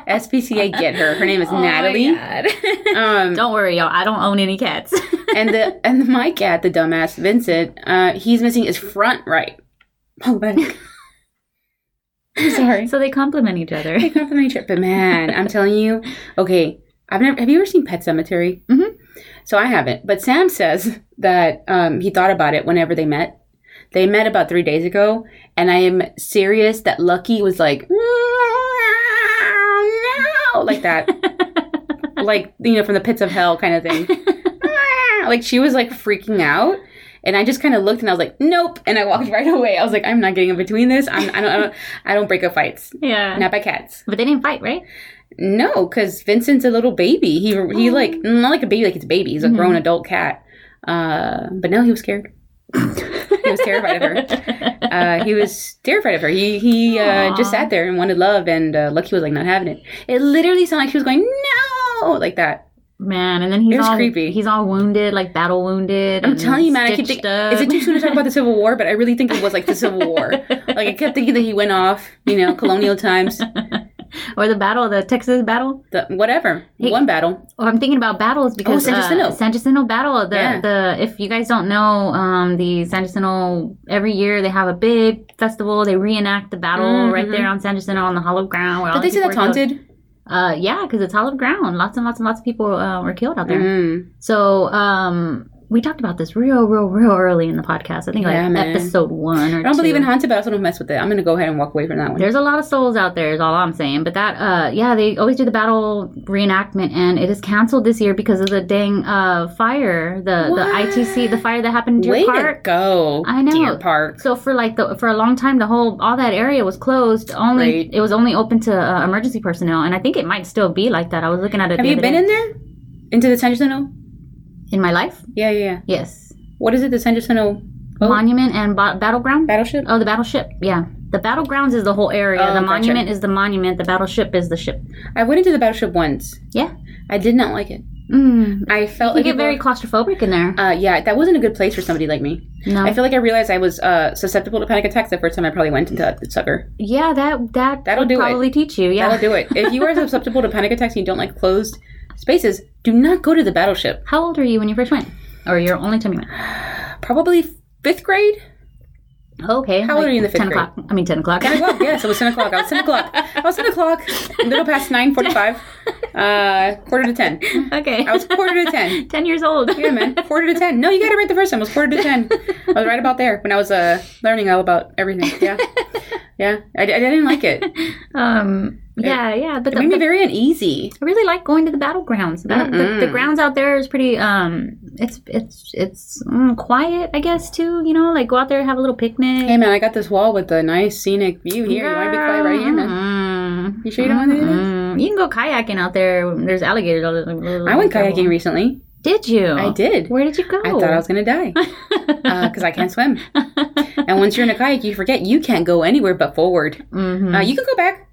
[SPEAKER 1] SPCA? Get her. Her name is Natalie. Um,
[SPEAKER 2] Oh don't worry, y'all. I don't own any cats.
[SPEAKER 1] and the and my cat, the dumbass Vincent, uh, he's missing his front right. Oh, back. I'm sorry.
[SPEAKER 2] so they complement each other.
[SPEAKER 1] They come from the trip, but man, I'm telling you, okay. I've never. Have you ever seen Pet Cemetery?
[SPEAKER 2] Mhm.
[SPEAKER 1] So I haven't. But Sam says that um, he thought about it whenever they met. They met about three days ago, and I am serious that Lucky was like, no, like that, like you know, from the pits of hell kind of thing. like she was like freaking out. And I just kind of looked and I was like, nope. And I walked right away. I was like, I'm not getting in between this. I'm, I, don't, I don't, I don't break up fights.
[SPEAKER 2] yeah.
[SPEAKER 1] Not by cats.
[SPEAKER 2] But they didn't fight, right?
[SPEAKER 1] No, because Vincent's a little baby. He
[SPEAKER 2] Oh.
[SPEAKER 1] he like not like a baby, like it's a baby. He's a
[SPEAKER 2] Mhm.
[SPEAKER 1] grown adult cat. Uh, but no, he was scared. he was terrified of her. Uh, he was terrified of her. He he uh, just
[SPEAKER 2] Aw.
[SPEAKER 1] sat there and wanted love, and uh, Lucky was like not having it. It literally sounded like she was going no, like that.
[SPEAKER 2] Man, and then he's
[SPEAKER 1] It was
[SPEAKER 2] all
[SPEAKER 1] creepy.
[SPEAKER 2] He's all wounded, like battle wounded.
[SPEAKER 1] I'm
[SPEAKER 2] and
[SPEAKER 1] telling you, man. I keep
[SPEAKER 2] stitched
[SPEAKER 1] thinking, is it
[SPEAKER 2] up.
[SPEAKER 1] too soon to talk about the Civil War? But I really think it was like the Civil War. like I kept thinking that he went off, you know, colonial times.
[SPEAKER 2] or the battle, the Texas battle.
[SPEAKER 1] The, whatever.
[SPEAKER 2] Hey.
[SPEAKER 1] One battle.
[SPEAKER 2] Or I'm thinking about battles because
[SPEAKER 1] Oh, San Jacinto.
[SPEAKER 2] uh, San Jacinto battle. The
[SPEAKER 1] Yeah.
[SPEAKER 2] the if you guys don't know, um, the San Jacinto every year they have a big festival. They reenact the battle right there on San Jacinto on the hollow ground. Where all
[SPEAKER 1] Did
[SPEAKER 2] the
[SPEAKER 1] Mm-hmm. they say
[SPEAKER 2] people
[SPEAKER 1] that's
[SPEAKER 2] were killed.
[SPEAKER 1] haunted?
[SPEAKER 2] Uh, yeah, because it's hollow ground. Lots and lots and lots of people uh, were killed out there.
[SPEAKER 1] Mm.
[SPEAKER 2] So um, we talked about this real, real, real early in the podcast. I think
[SPEAKER 1] Yeah,
[SPEAKER 2] like
[SPEAKER 1] man.
[SPEAKER 2] episode one or
[SPEAKER 1] I don't believe in
[SPEAKER 2] two.
[SPEAKER 1] haunted, but I also don't mess with it. I'm gonna go ahead and walk away from that one.
[SPEAKER 2] There's a lot of souls out there, is all I'm saying. But that, uh, yeah, they always do the battle reenactment, and it is canceled this year because of the dang uh, fire, the
[SPEAKER 1] What?
[SPEAKER 2] the ITC, the fire that happened in
[SPEAKER 1] Way
[SPEAKER 2] Deer
[SPEAKER 1] to
[SPEAKER 2] Park.
[SPEAKER 1] go.
[SPEAKER 2] I know.
[SPEAKER 1] Deer Park.
[SPEAKER 2] So for like the for a long time, the whole all that area was closed. Only
[SPEAKER 1] Right.
[SPEAKER 2] it was only open to uh, emergency personnel, and I think it might still be like that. I was looking at it.
[SPEAKER 1] Have
[SPEAKER 2] the
[SPEAKER 1] you
[SPEAKER 2] other
[SPEAKER 1] been
[SPEAKER 2] day.
[SPEAKER 1] in there? Into the San Jacinto?
[SPEAKER 2] in my life?
[SPEAKER 1] Yeah, yeah, yeah.
[SPEAKER 2] Yes.
[SPEAKER 1] What is it? The San Jacinto boat?
[SPEAKER 2] Monument and ba- battleground.
[SPEAKER 1] battleship?
[SPEAKER 2] Oh, the battleship. Yeah. The battlegrounds is the whole area.
[SPEAKER 1] Oh,
[SPEAKER 2] the
[SPEAKER 1] gotcha.
[SPEAKER 2] monument is the monument. The battleship is the ship.
[SPEAKER 1] I went into the battleship once.
[SPEAKER 2] Yeah.
[SPEAKER 1] I did not like it.
[SPEAKER 2] Mm.
[SPEAKER 1] I felt
[SPEAKER 2] You
[SPEAKER 1] like
[SPEAKER 2] get
[SPEAKER 1] people-
[SPEAKER 2] very claustrophobic in there.
[SPEAKER 1] Uh, yeah, that wasn't a good place for somebody like me.
[SPEAKER 2] no.
[SPEAKER 1] I feel like I realized I was uh, susceptible to panic attacks the first time I probably went into that sucker.
[SPEAKER 2] yeah, that that
[SPEAKER 1] That'll
[SPEAKER 2] would
[SPEAKER 1] do it.
[SPEAKER 2] probably teach you. Yeah.
[SPEAKER 1] That'll do it. If you are susceptible to panic attacks and you don't like closed spaces, do not go to the battleship.
[SPEAKER 2] How old are you when you first went? Or your only time you went?
[SPEAKER 1] Probably fifth grade.
[SPEAKER 2] Okay.
[SPEAKER 1] How old are you in the fifth
[SPEAKER 2] Ten
[SPEAKER 1] grade?
[SPEAKER 2] o'clock. I mean, ten o'clock.
[SPEAKER 1] Ten o'clock. Yes, it was ten o'clock. I was ten o'clock. I was ten o'clock. A little past nine forty-five. Uh, quarter to ten.
[SPEAKER 2] okay.
[SPEAKER 1] I was quarter to ten.
[SPEAKER 2] ten years old.
[SPEAKER 1] Yeah, man. Quarter to ten. No, you got it right the first time. It was quarter to ten. I was right about there when I was uh, learning all about everything. Yeah, yeah. I, I didn't like it. It
[SPEAKER 2] Um. Yeah, yeah, but the,
[SPEAKER 1] made me
[SPEAKER 2] but
[SPEAKER 1] very uneasy.
[SPEAKER 2] I really like going to the battlegrounds. The, battle- the, the grounds out there is pretty. Um, it's it's it's mm, quiet, I guess. Too, you know, like go out there have a little picnic.
[SPEAKER 1] Hey man, I got this wall with a nice scenic view here. You want to be quiet right here, man?
[SPEAKER 2] man?
[SPEAKER 1] You sure you don't want to do this?
[SPEAKER 2] Mm-hmm. You can go kayaking out there. There's alligators. All over
[SPEAKER 1] I went kayaking recently.
[SPEAKER 2] Did you?
[SPEAKER 1] I did.
[SPEAKER 2] Where did you go?
[SPEAKER 1] I thought I was gonna die because I can't swim. and once you're in a kayak, you forget you can't go anywhere but forward.
[SPEAKER 2] Mhm.
[SPEAKER 1] Uh, you can go back,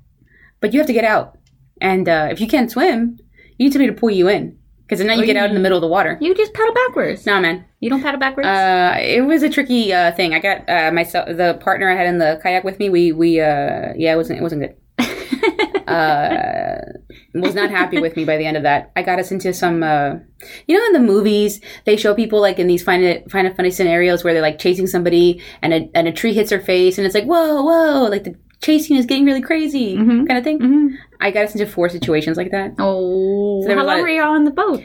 [SPEAKER 1] but you have to get out. And uh, if you can't swim, you need somebody to pull you in because now you get out in the middle of the water.
[SPEAKER 2] You just paddle backwards.
[SPEAKER 1] Nah, man.
[SPEAKER 2] You don't paddle backwards.
[SPEAKER 1] Uh, it was a tricky uh, thing. I got uh, myself the partner I had in the kayak with me. We we uh, yeah, it wasn't it wasn't good. uh, was not happy with me by the end of that. I got us into some, uh, you know, in the movies they show people like in these find it find it funny scenarios where they're like chasing somebody and a and a tree hits her face and it's like whoa whoa like the chasing is getting really crazy
[SPEAKER 2] Mm-hmm.
[SPEAKER 1] kind of thing. I got us into four situations like that.
[SPEAKER 2] oh,
[SPEAKER 1] so there
[SPEAKER 2] how
[SPEAKER 1] was a lot
[SPEAKER 2] long
[SPEAKER 1] of-
[SPEAKER 2] were you on the boat?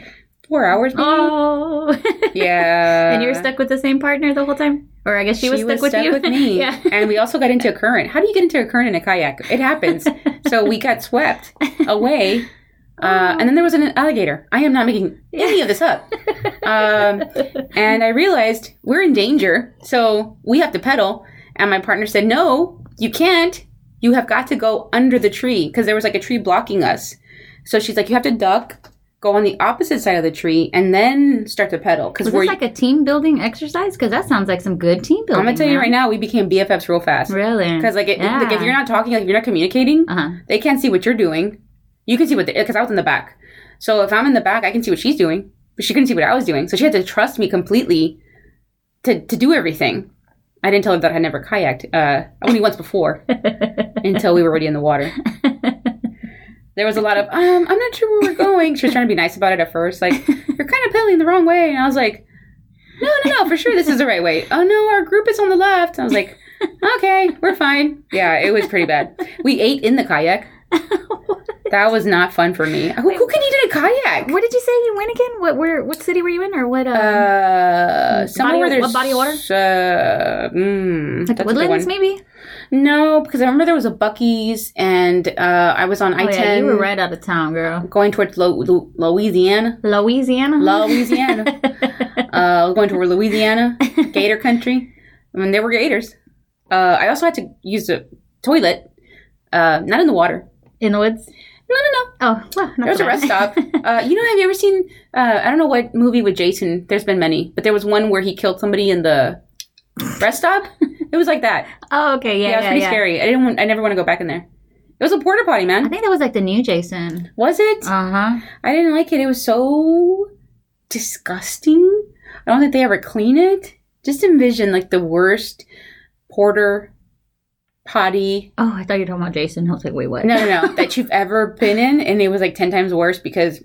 [SPEAKER 1] Four hours. maybe?
[SPEAKER 2] Oh,
[SPEAKER 1] Yeah,
[SPEAKER 2] and you were stuck with the same partner the whole time, or I guess she, was, stuck, with you.
[SPEAKER 1] me.
[SPEAKER 2] yeah.
[SPEAKER 1] And we also got into a current. How do you get into a current in a kayak? It happens. so we got swept away. Uh,
[SPEAKER 2] Oh.
[SPEAKER 1] and then there was an alligator. I am not making any of this up. Um, and I realized we're in danger. So we have to pedal. And my partner said, No, you can't. You have got to go under the tree because there was like a tree blocking us. So she's like, You have to duck, go on the opposite side of the tree, and then start to pedal. Because
[SPEAKER 2] Was
[SPEAKER 1] we're.
[SPEAKER 2] this like a team building exercise? Because that sounds like some good team building.
[SPEAKER 1] I'm gonna tell you right now, we became BFFs real fast.
[SPEAKER 2] Really?
[SPEAKER 1] Because like, it,
[SPEAKER 2] Yeah.
[SPEAKER 1] like if you're not talking, like if you're not communicating,
[SPEAKER 2] Uh-huh.
[SPEAKER 1] they can't see what you're doing. You can see what because I was in the back. So if I'm in the back, I can see what she's doing, but she couldn't see what I was doing. So she had to trust me completely to to do everything. I didn't tell her that I never kayaked. Uh, only once before, until we were already in the water. There was a lot of um, I'm not sure where we're going. She was trying to be nice about it at first, like you're kind of pedaling the wrong way, and I was like, No, no, no, for sure this is the right way. Oh no, our group is on the left. I was like, Okay, we're fine. Yeah, it was pretty bad. We ate in the kayak. That was not fun for me. Who, who can eat in a kayak?
[SPEAKER 2] What did you say you went again? What where? What city were you in, or what? Uh,
[SPEAKER 1] Uh,
[SPEAKER 2] Body-
[SPEAKER 1] somewhere where there's
[SPEAKER 2] what body of water?
[SPEAKER 1] Uh, mm,
[SPEAKER 2] like
[SPEAKER 1] that's a good
[SPEAKER 2] Woodlands,
[SPEAKER 1] one.
[SPEAKER 2] maybe? Oh,
[SPEAKER 1] No, because I remember there was a Bucky's, and uh, I was on I
[SPEAKER 2] Oh,
[SPEAKER 1] ten.
[SPEAKER 2] yeah, you were right out of town, girl.
[SPEAKER 1] Going towards Lo- Lu- Louisiana,
[SPEAKER 2] Louisiana.
[SPEAKER 1] Louisiana. uh, going toward Louisiana, Gator country. I mean, there were gators. Uh, I also had to use the toilet, uh, not in the water.
[SPEAKER 2] in the woods.
[SPEAKER 1] No, no, no.
[SPEAKER 2] Oh, well, not
[SPEAKER 1] There was
[SPEAKER 2] so
[SPEAKER 1] a
[SPEAKER 2] bad.
[SPEAKER 1] rest stop. Uh, you know, have you ever seen? Uh, I don't know what movie with Jason. There's been many, but there was one where he killed somebody in the rest stop. It was like that.
[SPEAKER 2] oh, okay,
[SPEAKER 1] Yeah,
[SPEAKER 2] yeah, yeah,
[SPEAKER 1] it was pretty
[SPEAKER 2] yeah.
[SPEAKER 1] scary. I didn't. Want, I never want to go back in there. It was a porta potty,
[SPEAKER 2] I
[SPEAKER 1] man.
[SPEAKER 2] think that was like the new Jason.
[SPEAKER 1] Was it?
[SPEAKER 2] Uh huh.
[SPEAKER 1] I didn't like it. It was so disgusting. I don't think they ever clean it. Just envision like the worst porter potty.
[SPEAKER 2] Oh, I thought you were talking about Jason. I was like, wait, what?
[SPEAKER 1] No, no, no, that you've ever been in, and it was like ten times worse because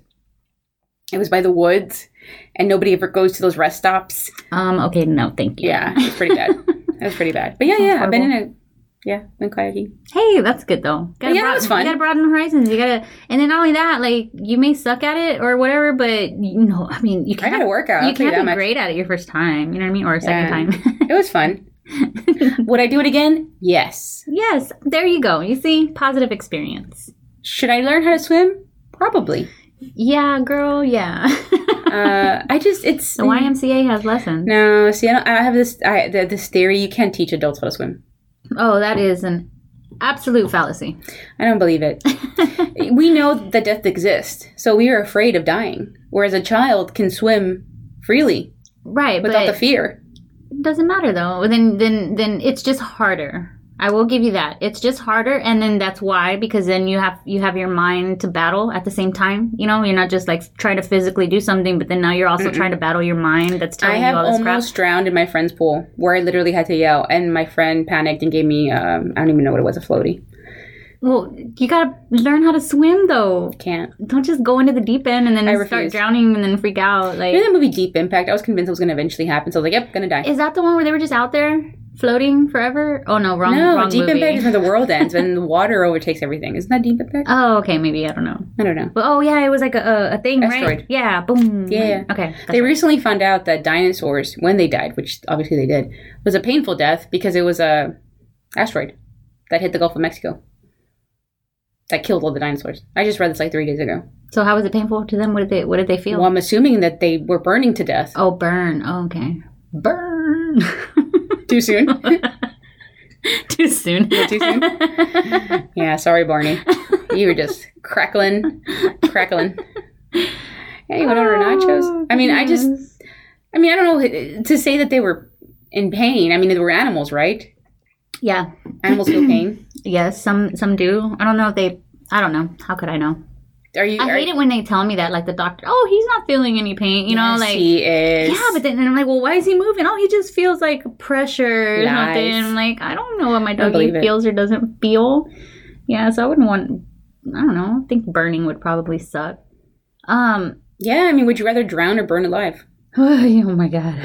[SPEAKER 1] it was by the woods, and nobody ever goes to those rest stops.
[SPEAKER 2] Um. Okay. No, thank you.
[SPEAKER 1] Yeah, it's pretty bad. That was pretty bad. But yeah, yeah, I've been in a yeah, been kayaking.
[SPEAKER 2] Hey, that's good though. Gotta
[SPEAKER 1] Yeah, it was fun.
[SPEAKER 2] You gotta broaden horizons. You gotta, and then not only that, like you may suck at it or whatever, but you know, I mean, you
[SPEAKER 1] I
[SPEAKER 2] can't.
[SPEAKER 1] got a workout.
[SPEAKER 2] you
[SPEAKER 1] I'll tell you
[SPEAKER 2] can't
[SPEAKER 1] that much.
[SPEAKER 2] be great at it your first time. You know what I mean, or second time.
[SPEAKER 1] It was fun. Would I do it again? Yes.
[SPEAKER 2] yes, there you go. You see, positive experience.
[SPEAKER 1] Should I learn how to swim? Probably.
[SPEAKER 2] Yeah, girl. Yeah.
[SPEAKER 1] Uh, I just it's
[SPEAKER 2] the YMCA has lessons.
[SPEAKER 1] no. See, I, don't, I have this I, th- this theory you can't teach adults how to swim.
[SPEAKER 2] Oh, that is an absolute fallacy.
[SPEAKER 1] I don't believe it. we know that death exists, so we are afraid of dying. Whereas a child can swim freely
[SPEAKER 2] Right,
[SPEAKER 1] without
[SPEAKER 2] but
[SPEAKER 1] the fear.
[SPEAKER 2] doesn't matter though. Then then then it's just harder. I will give you that. It's just harder and then that's why because then you have you have your mind to battle at the same time. You know, you're not just like trying to physically do something, but then now you're also trying to battle your mind that's
[SPEAKER 1] I
[SPEAKER 2] telling you
[SPEAKER 1] have
[SPEAKER 2] all this crap.
[SPEAKER 1] almost drowned in my friend's pool, where I literally had to yell, and my friend panicked and gave me um, I don't even know what it was a floaty.
[SPEAKER 2] Well, you got to learn how to swim though.
[SPEAKER 1] Can't.
[SPEAKER 2] Don't just go into the deep end and then start
[SPEAKER 1] refuse.
[SPEAKER 2] drowning and then freak out like
[SPEAKER 1] You know that movie Deep Impact? I was convinced it was going to eventually happen, so I was like, yep, gonna die.
[SPEAKER 2] Is that the one where they were just out there floating forever? Oh no, wrong
[SPEAKER 1] no,
[SPEAKER 2] wrong
[SPEAKER 1] Deep
[SPEAKER 2] movie.
[SPEAKER 1] Impact is where the world ends and the water overtakes everything. Isn't that Deep Impact?
[SPEAKER 2] Oh, okay, maybe I don't know.
[SPEAKER 1] I don't know.
[SPEAKER 2] But oh yeah, it was like a, a, a thing,
[SPEAKER 1] Asteroid.
[SPEAKER 2] right? Yeah, boom.
[SPEAKER 1] Yeah.
[SPEAKER 2] Okay.
[SPEAKER 1] They recently found out that dinosaurs, when they died, which obviously they did, was a painful death because it was a asteroid that hit the Gulf of Mexico that killed all the dinosaurs. I just read this like three days ago.
[SPEAKER 2] So how was it painful to them? What did they What did they feel?
[SPEAKER 1] Well, I'm assuming that they were burning to death.
[SPEAKER 2] Oh, burn. Oh, okay. Burn.
[SPEAKER 1] Too soon?
[SPEAKER 2] Too soon.
[SPEAKER 1] Too soon? yeah, sorry, Barney. You were just crackling, crackling. Yeah, you went
[SPEAKER 2] Oh,
[SPEAKER 1] over nachos. I mean, I just, I mean, I don't know uh, to say that they were in pain. I mean, they were animals, right?
[SPEAKER 2] Yeah.
[SPEAKER 1] Animals feel pain.
[SPEAKER 2] Yes. Some Some do. I don't know if they. I don't know. How could I know?
[SPEAKER 1] Are you?
[SPEAKER 2] I
[SPEAKER 1] are,
[SPEAKER 2] hate it when they tell me that, like the doctor. Oh, he's not feeling any pain. You know,
[SPEAKER 1] Yes,
[SPEAKER 2] like
[SPEAKER 1] he is.
[SPEAKER 2] yeah. But then and I'm like, well, why is he moving? Oh, he just feels like pressure or
[SPEAKER 1] Lies.
[SPEAKER 2] something. I'm like, I don't know what my
[SPEAKER 1] Don't
[SPEAKER 2] doggy
[SPEAKER 1] believe it.
[SPEAKER 2] feels or doesn't feel. Yeah. So I wouldn't want. I don't know. I think burning would probably suck. Um.
[SPEAKER 1] yeah. I mean, would you rather drown or burn alive?
[SPEAKER 2] oh my god.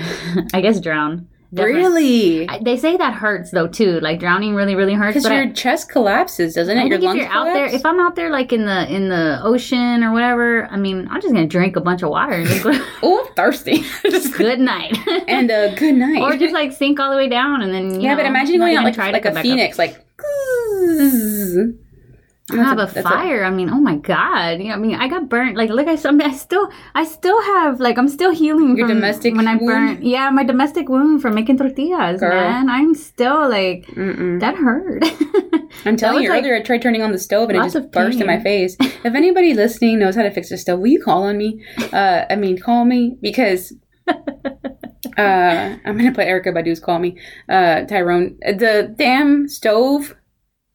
[SPEAKER 2] I guess drown. Definitely.
[SPEAKER 1] Really?
[SPEAKER 2] I- They say that hurts though too. Like drowning really, really hurts.
[SPEAKER 1] Because
[SPEAKER 2] But I,
[SPEAKER 1] your chest collapses, doesn't it?
[SPEAKER 2] I
[SPEAKER 1] your
[SPEAKER 2] think if
[SPEAKER 1] lungs
[SPEAKER 2] you're out there,
[SPEAKER 1] collapse.
[SPEAKER 2] if I'm out there like in the in the ocean or whatever, I mean, I'm just gonna drink a bunch of water and just go.
[SPEAKER 1] oh, I'm thirsty.
[SPEAKER 2] good night.
[SPEAKER 1] and uh, good night.
[SPEAKER 2] or just like sink all the way down and then you
[SPEAKER 1] yeah,
[SPEAKER 2] know,
[SPEAKER 1] but imagine
[SPEAKER 2] not
[SPEAKER 1] going out
[SPEAKER 2] even
[SPEAKER 1] like,
[SPEAKER 2] try to
[SPEAKER 1] like
[SPEAKER 2] come
[SPEAKER 1] a
[SPEAKER 2] back
[SPEAKER 1] phoenix, like.
[SPEAKER 2] Up. Ah,
[SPEAKER 1] a-
[SPEAKER 2] but
[SPEAKER 1] that's a-
[SPEAKER 2] fire. I mean, oh my god. Yeah, I mean, I got burnt. Like, look, I, I, mean, I still, I still have like, I'm still healing
[SPEAKER 1] Your
[SPEAKER 2] from
[SPEAKER 1] domestic
[SPEAKER 2] when I
[SPEAKER 1] wound?
[SPEAKER 2] burnt. Yeah, my domestic wound from making tortillas,
[SPEAKER 1] Girl. Mm.
[SPEAKER 2] man. I'm still like
[SPEAKER 1] Mm-mm.
[SPEAKER 2] that hurt.
[SPEAKER 1] I'm telling
[SPEAKER 2] was
[SPEAKER 1] you,
[SPEAKER 2] like
[SPEAKER 1] earlier I tried turning on the stove and it
[SPEAKER 2] lots
[SPEAKER 1] just
[SPEAKER 2] of
[SPEAKER 1] burst in
[SPEAKER 2] pain.
[SPEAKER 1] my face. If anybody listening knows how to fix the stove, will you call on me? Uh, I mean, call me because uh, I'm going to put Erica Badu's call me. Uh, Tyrone, the damn stove,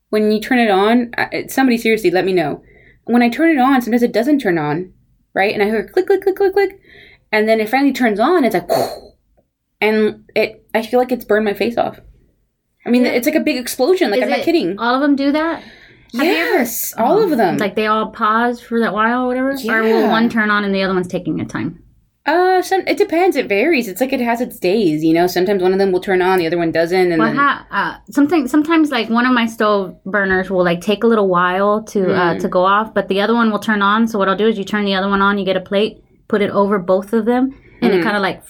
[SPEAKER 1] when you turn it on, I, it- somebody seriously let me know. When I turn it on, sometimes it doesn't turn on, right? And I hear click, click, click, click, click. And then it finally turns on. It's like, and it, I feel like it's burned my face off. I mean, it's like a big explosion. Like,
[SPEAKER 2] Is
[SPEAKER 1] I'm not
[SPEAKER 2] it-
[SPEAKER 1] kidding.
[SPEAKER 2] All of them do that.
[SPEAKER 1] Yes, all of them.
[SPEAKER 2] Like they all pause for that while or whatever. Or
[SPEAKER 1] Yeah.
[SPEAKER 2] will one turn on and the other one's taking a time?
[SPEAKER 1] uh, some it depends. It varies. It's like it has its days. You know, sometimes one of them will turn on, the other one doesn't, and
[SPEAKER 2] Well,
[SPEAKER 1] then
[SPEAKER 2] ha- uh, something sometimes like one of my stove burners will like take a little while to
[SPEAKER 1] Hmm.
[SPEAKER 2] uh, to go off, but the other one will turn on. So what I'll do is you turn the other one on, you get a plate, put it over both of them, and it kind of like,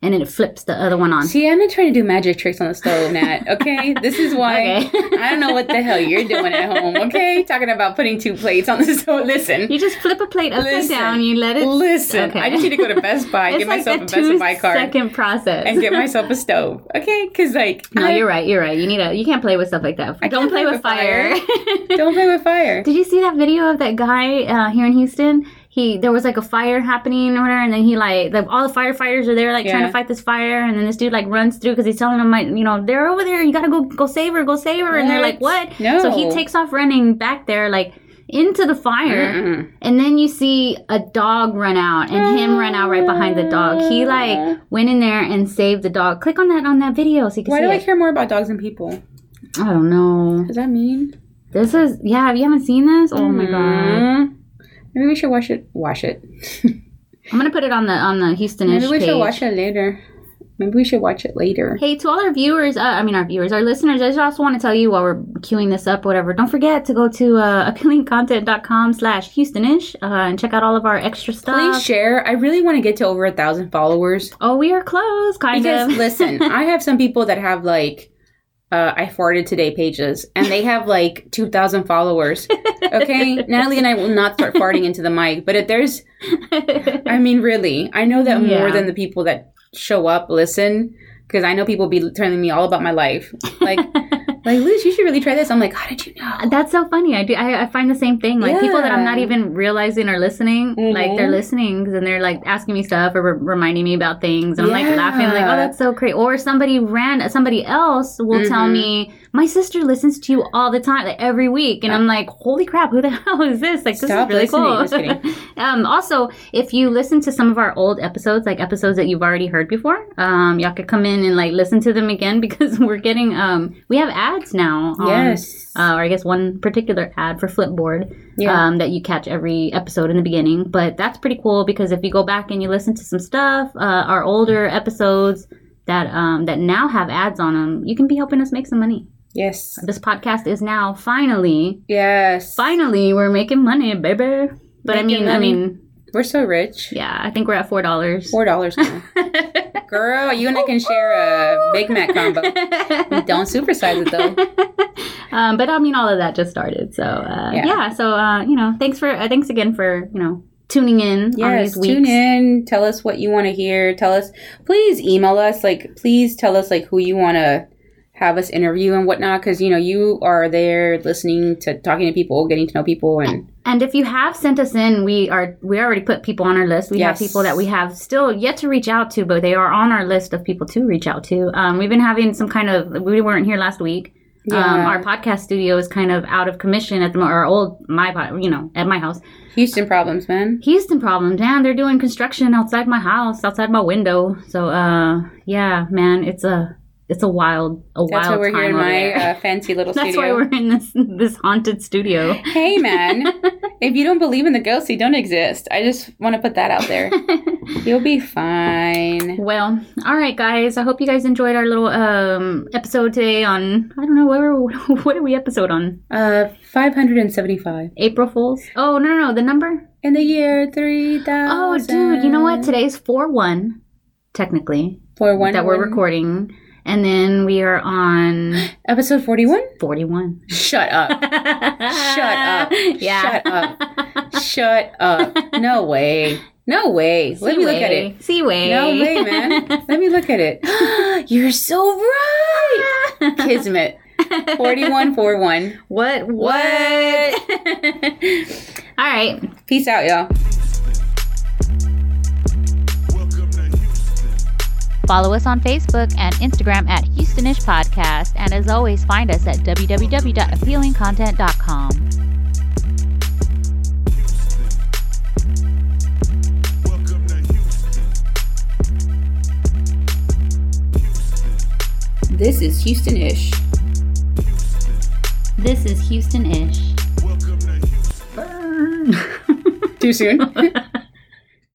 [SPEAKER 2] and then it flips the other one on.
[SPEAKER 1] Hmm. see, I'm not trying to do magic tricks on the stove, Nat. Okay, this is why
[SPEAKER 2] Okay.
[SPEAKER 1] I don't know what the hell you're doing at home. Okay, talking about putting two plates on the stove. Listen,
[SPEAKER 2] You just flip a plate upside
[SPEAKER 1] Listen.
[SPEAKER 2] down, you let it.
[SPEAKER 1] listen.
[SPEAKER 2] Okay.
[SPEAKER 1] I just need to go to Best Buy,
[SPEAKER 2] It's
[SPEAKER 1] get
[SPEAKER 2] like
[SPEAKER 1] myself
[SPEAKER 2] a
[SPEAKER 1] a Best Buy card,
[SPEAKER 2] two-second process.
[SPEAKER 1] and get myself a stove. Okay, because like
[SPEAKER 2] no,
[SPEAKER 1] I
[SPEAKER 2] you're right. You're right. You need a. You can't play with stuff like that. Don't
[SPEAKER 1] can't
[SPEAKER 2] play, with fire.
[SPEAKER 1] don't play with fire.
[SPEAKER 2] Did you see that video of that guy uh, here in Houston? He there was like a fire happening or whatever, and then he like the, all the firefighters are there like trying
[SPEAKER 1] Yeah.
[SPEAKER 2] to fight this fire, and then this dude like runs through because he's telling them like you know they're over there, you gotta go go save her, go save her, and they're like
[SPEAKER 1] What?
[SPEAKER 2] what?
[SPEAKER 1] No.
[SPEAKER 2] So he takes off running back there like into the fire, and then you see a dog run out, and him run out right behind the dog. He like went in there and saved the dog. Click on that on that video so you can
[SPEAKER 1] Ah. Why
[SPEAKER 2] see
[SPEAKER 1] do I
[SPEAKER 2] it.
[SPEAKER 1] care more about dogs than people?
[SPEAKER 2] I don't know.
[SPEAKER 1] Does that mean?
[SPEAKER 2] This is yeah. You haven't seen this? Oh my god.
[SPEAKER 1] Mm. Maybe we should watch it. Watch it.
[SPEAKER 2] I'm gonna put it on the on the Houstonish
[SPEAKER 1] Maybe we
[SPEAKER 2] page.
[SPEAKER 1] should watch it later. Maybe we should watch it later.
[SPEAKER 2] Hey, to all our viewers, uh, I mean our viewers, our listeners, I just also want to tell you while we're queuing this up, whatever, don't forget to go to uh, appealingcontent.com slash Houstonish uh, and check out all of our extra stuff.
[SPEAKER 1] Please share. I really want to get to over a thousand followers.
[SPEAKER 2] oh, we are close, kind
[SPEAKER 1] Because
[SPEAKER 2] of.
[SPEAKER 1] listen, I have some people that have like uh, I farted today pages, and they have like two thousand followers. Okay, Natalie and I will not start farting into the mic, but if there's, I mean, really, I know that more
[SPEAKER 2] Yeah.
[SPEAKER 1] than the people that show up listen, because I know people be telling me all about my life, like. Like Liz, you should really try this. I'm like, how did you know?
[SPEAKER 2] That's so funny. I do. I, I find the same thing. Like people that I'm not
[SPEAKER 1] Yeah.
[SPEAKER 2] even realizing are listening. Like they're
[SPEAKER 1] Mhm.
[SPEAKER 2] listening and they're like asking me stuff or re- reminding me about things, and I'm like laughing. I'm like, oh,
[SPEAKER 1] Yeah.
[SPEAKER 2] that's so great. Or somebody ran. Somebody else will tell
[SPEAKER 1] Mhm.
[SPEAKER 2] me my sister listens to you all the time, like every week, and I'm like, holy crap, who the hell is this? Like this
[SPEAKER 1] Stop
[SPEAKER 2] is really
[SPEAKER 1] listening.
[SPEAKER 2] cool. um, also, if you listen to some of our old episodes, like episodes that you've already heard before, um, y'all could come in and like listen to them again because we're getting um, we have ads now. on-
[SPEAKER 1] Yes.
[SPEAKER 2] uh, or I guess one particular ad for Flipboard
[SPEAKER 1] Yeah.
[SPEAKER 2] um, that you catch every episode in the beginning. But that's pretty cool because if you go back and you listen to some stuff, uh, our older episodes that um, that now have ads on them, you can be helping us make some money.
[SPEAKER 1] Yes.
[SPEAKER 2] This podcast is now finally,
[SPEAKER 1] Yes.
[SPEAKER 2] finally, we're making money, baby. But I
[SPEAKER 1] Making
[SPEAKER 2] mean, I
[SPEAKER 1] money.
[SPEAKER 2] mean,
[SPEAKER 1] We're so rich.
[SPEAKER 2] yeah, I think we're at four dollars.
[SPEAKER 1] Four dollars now. Girl, you and I can share a Big Mac combo. Don't supersize it though.
[SPEAKER 2] um, but I mean, all of that just started. So uh, yeah.
[SPEAKER 1] Yeah.
[SPEAKER 2] so uh, you know, thanks for uh, thanks again for you know tuning in on
[SPEAKER 1] Yes,
[SPEAKER 2] these weeks.
[SPEAKER 1] tune in. Tell us what you want to hear. Tell us, please email us. Like, please tell us like who you want to have us interview and whatnot. Because you know you are there listening to talking to people, getting to know people, and
[SPEAKER 2] And if you have sent us in, we are we already put people on our list. We have
[SPEAKER 1] Yes.
[SPEAKER 2] people that we have still yet to reach out to, but they are on our list of people to reach out to. Um, we've been having some kind of we weren't here last week. Um,
[SPEAKER 1] Yeah.
[SPEAKER 2] our podcast studio is kind of out of commission at the mo- our old my pod- you know at my house.
[SPEAKER 1] Houston problems, man.
[SPEAKER 2] Houston problems, man. They're doing construction outside my house, outside my window. So uh, yeah, man, it's a it's a wild a
[SPEAKER 1] That's why
[SPEAKER 2] wild
[SPEAKER 1] we're
[SPEAKER 2] time
[SPEAKER 1] here in
[SPEAKER 2] over
[SPEAKER 1] my
[SPEAKER 2] there.
[SPEAKER 1] uh, fancy little
[SPEAKER 2] That's why
[SPEAKER 1] studio.
[SPEAKER 2] we're in this this haunted studio.
[SPEAKER 1] hey, man, if you don't believe in the ghosts, you don't exist. I just want to put that out there. You'll be fine.
[SPEAKER 2] Well, all right, guys. I hope you guys enjoyed our little um, episode today on I don't know what are, what are we episode on
[SPEAKER 1] Uh, five hundred and seventy-five
[SPEAKER 2] April Fools. Oh no, no, no the number.
[SPEAKER 1] in the year three
[SPEAKER 2] Oh,
[SPEAKER 1] thousand.
[SPEAKER 2] dude, you know what? Today's four one, technically
[SPEAKER 1] For one
[SPEAKER 2] that we're recording, and then we are on
[SPEAKER 1] Episode forty-one.
[SPEAKER 2] forty one.
[SPEAKER 1] Shut up.
[SPEAKER 2] Shut
[SPEAKER 1] up.
[SPEAKER 2] up! Yeah.
[SPEAKER 1] Shut up. Shut up. No way. No way. Let me look at it.
[SPEAKER 2] See way.
[SPEAKER 1] No way, man. Let me look at it. You're so right. Kismet. 4141.
[SPEAKER 2] What? What? all right.
[SPEAKER 1] Peace out, y'all.
[SPEAKER 6] Welcome to Houston.
[SPEAKER 2] Follow us on Facebook and Instagram at Houstonish Podcast. And as always, find us at www.appealingcontent.com.
[SPEAKER 6] Welcome to Houston.
[SPEAKER 1] This is Houston-ish.
[SPEAKER 2] This is Houstonish.
[SPEAKER 6] Welcome to Houston.
[SPEAKER 1] Too soon.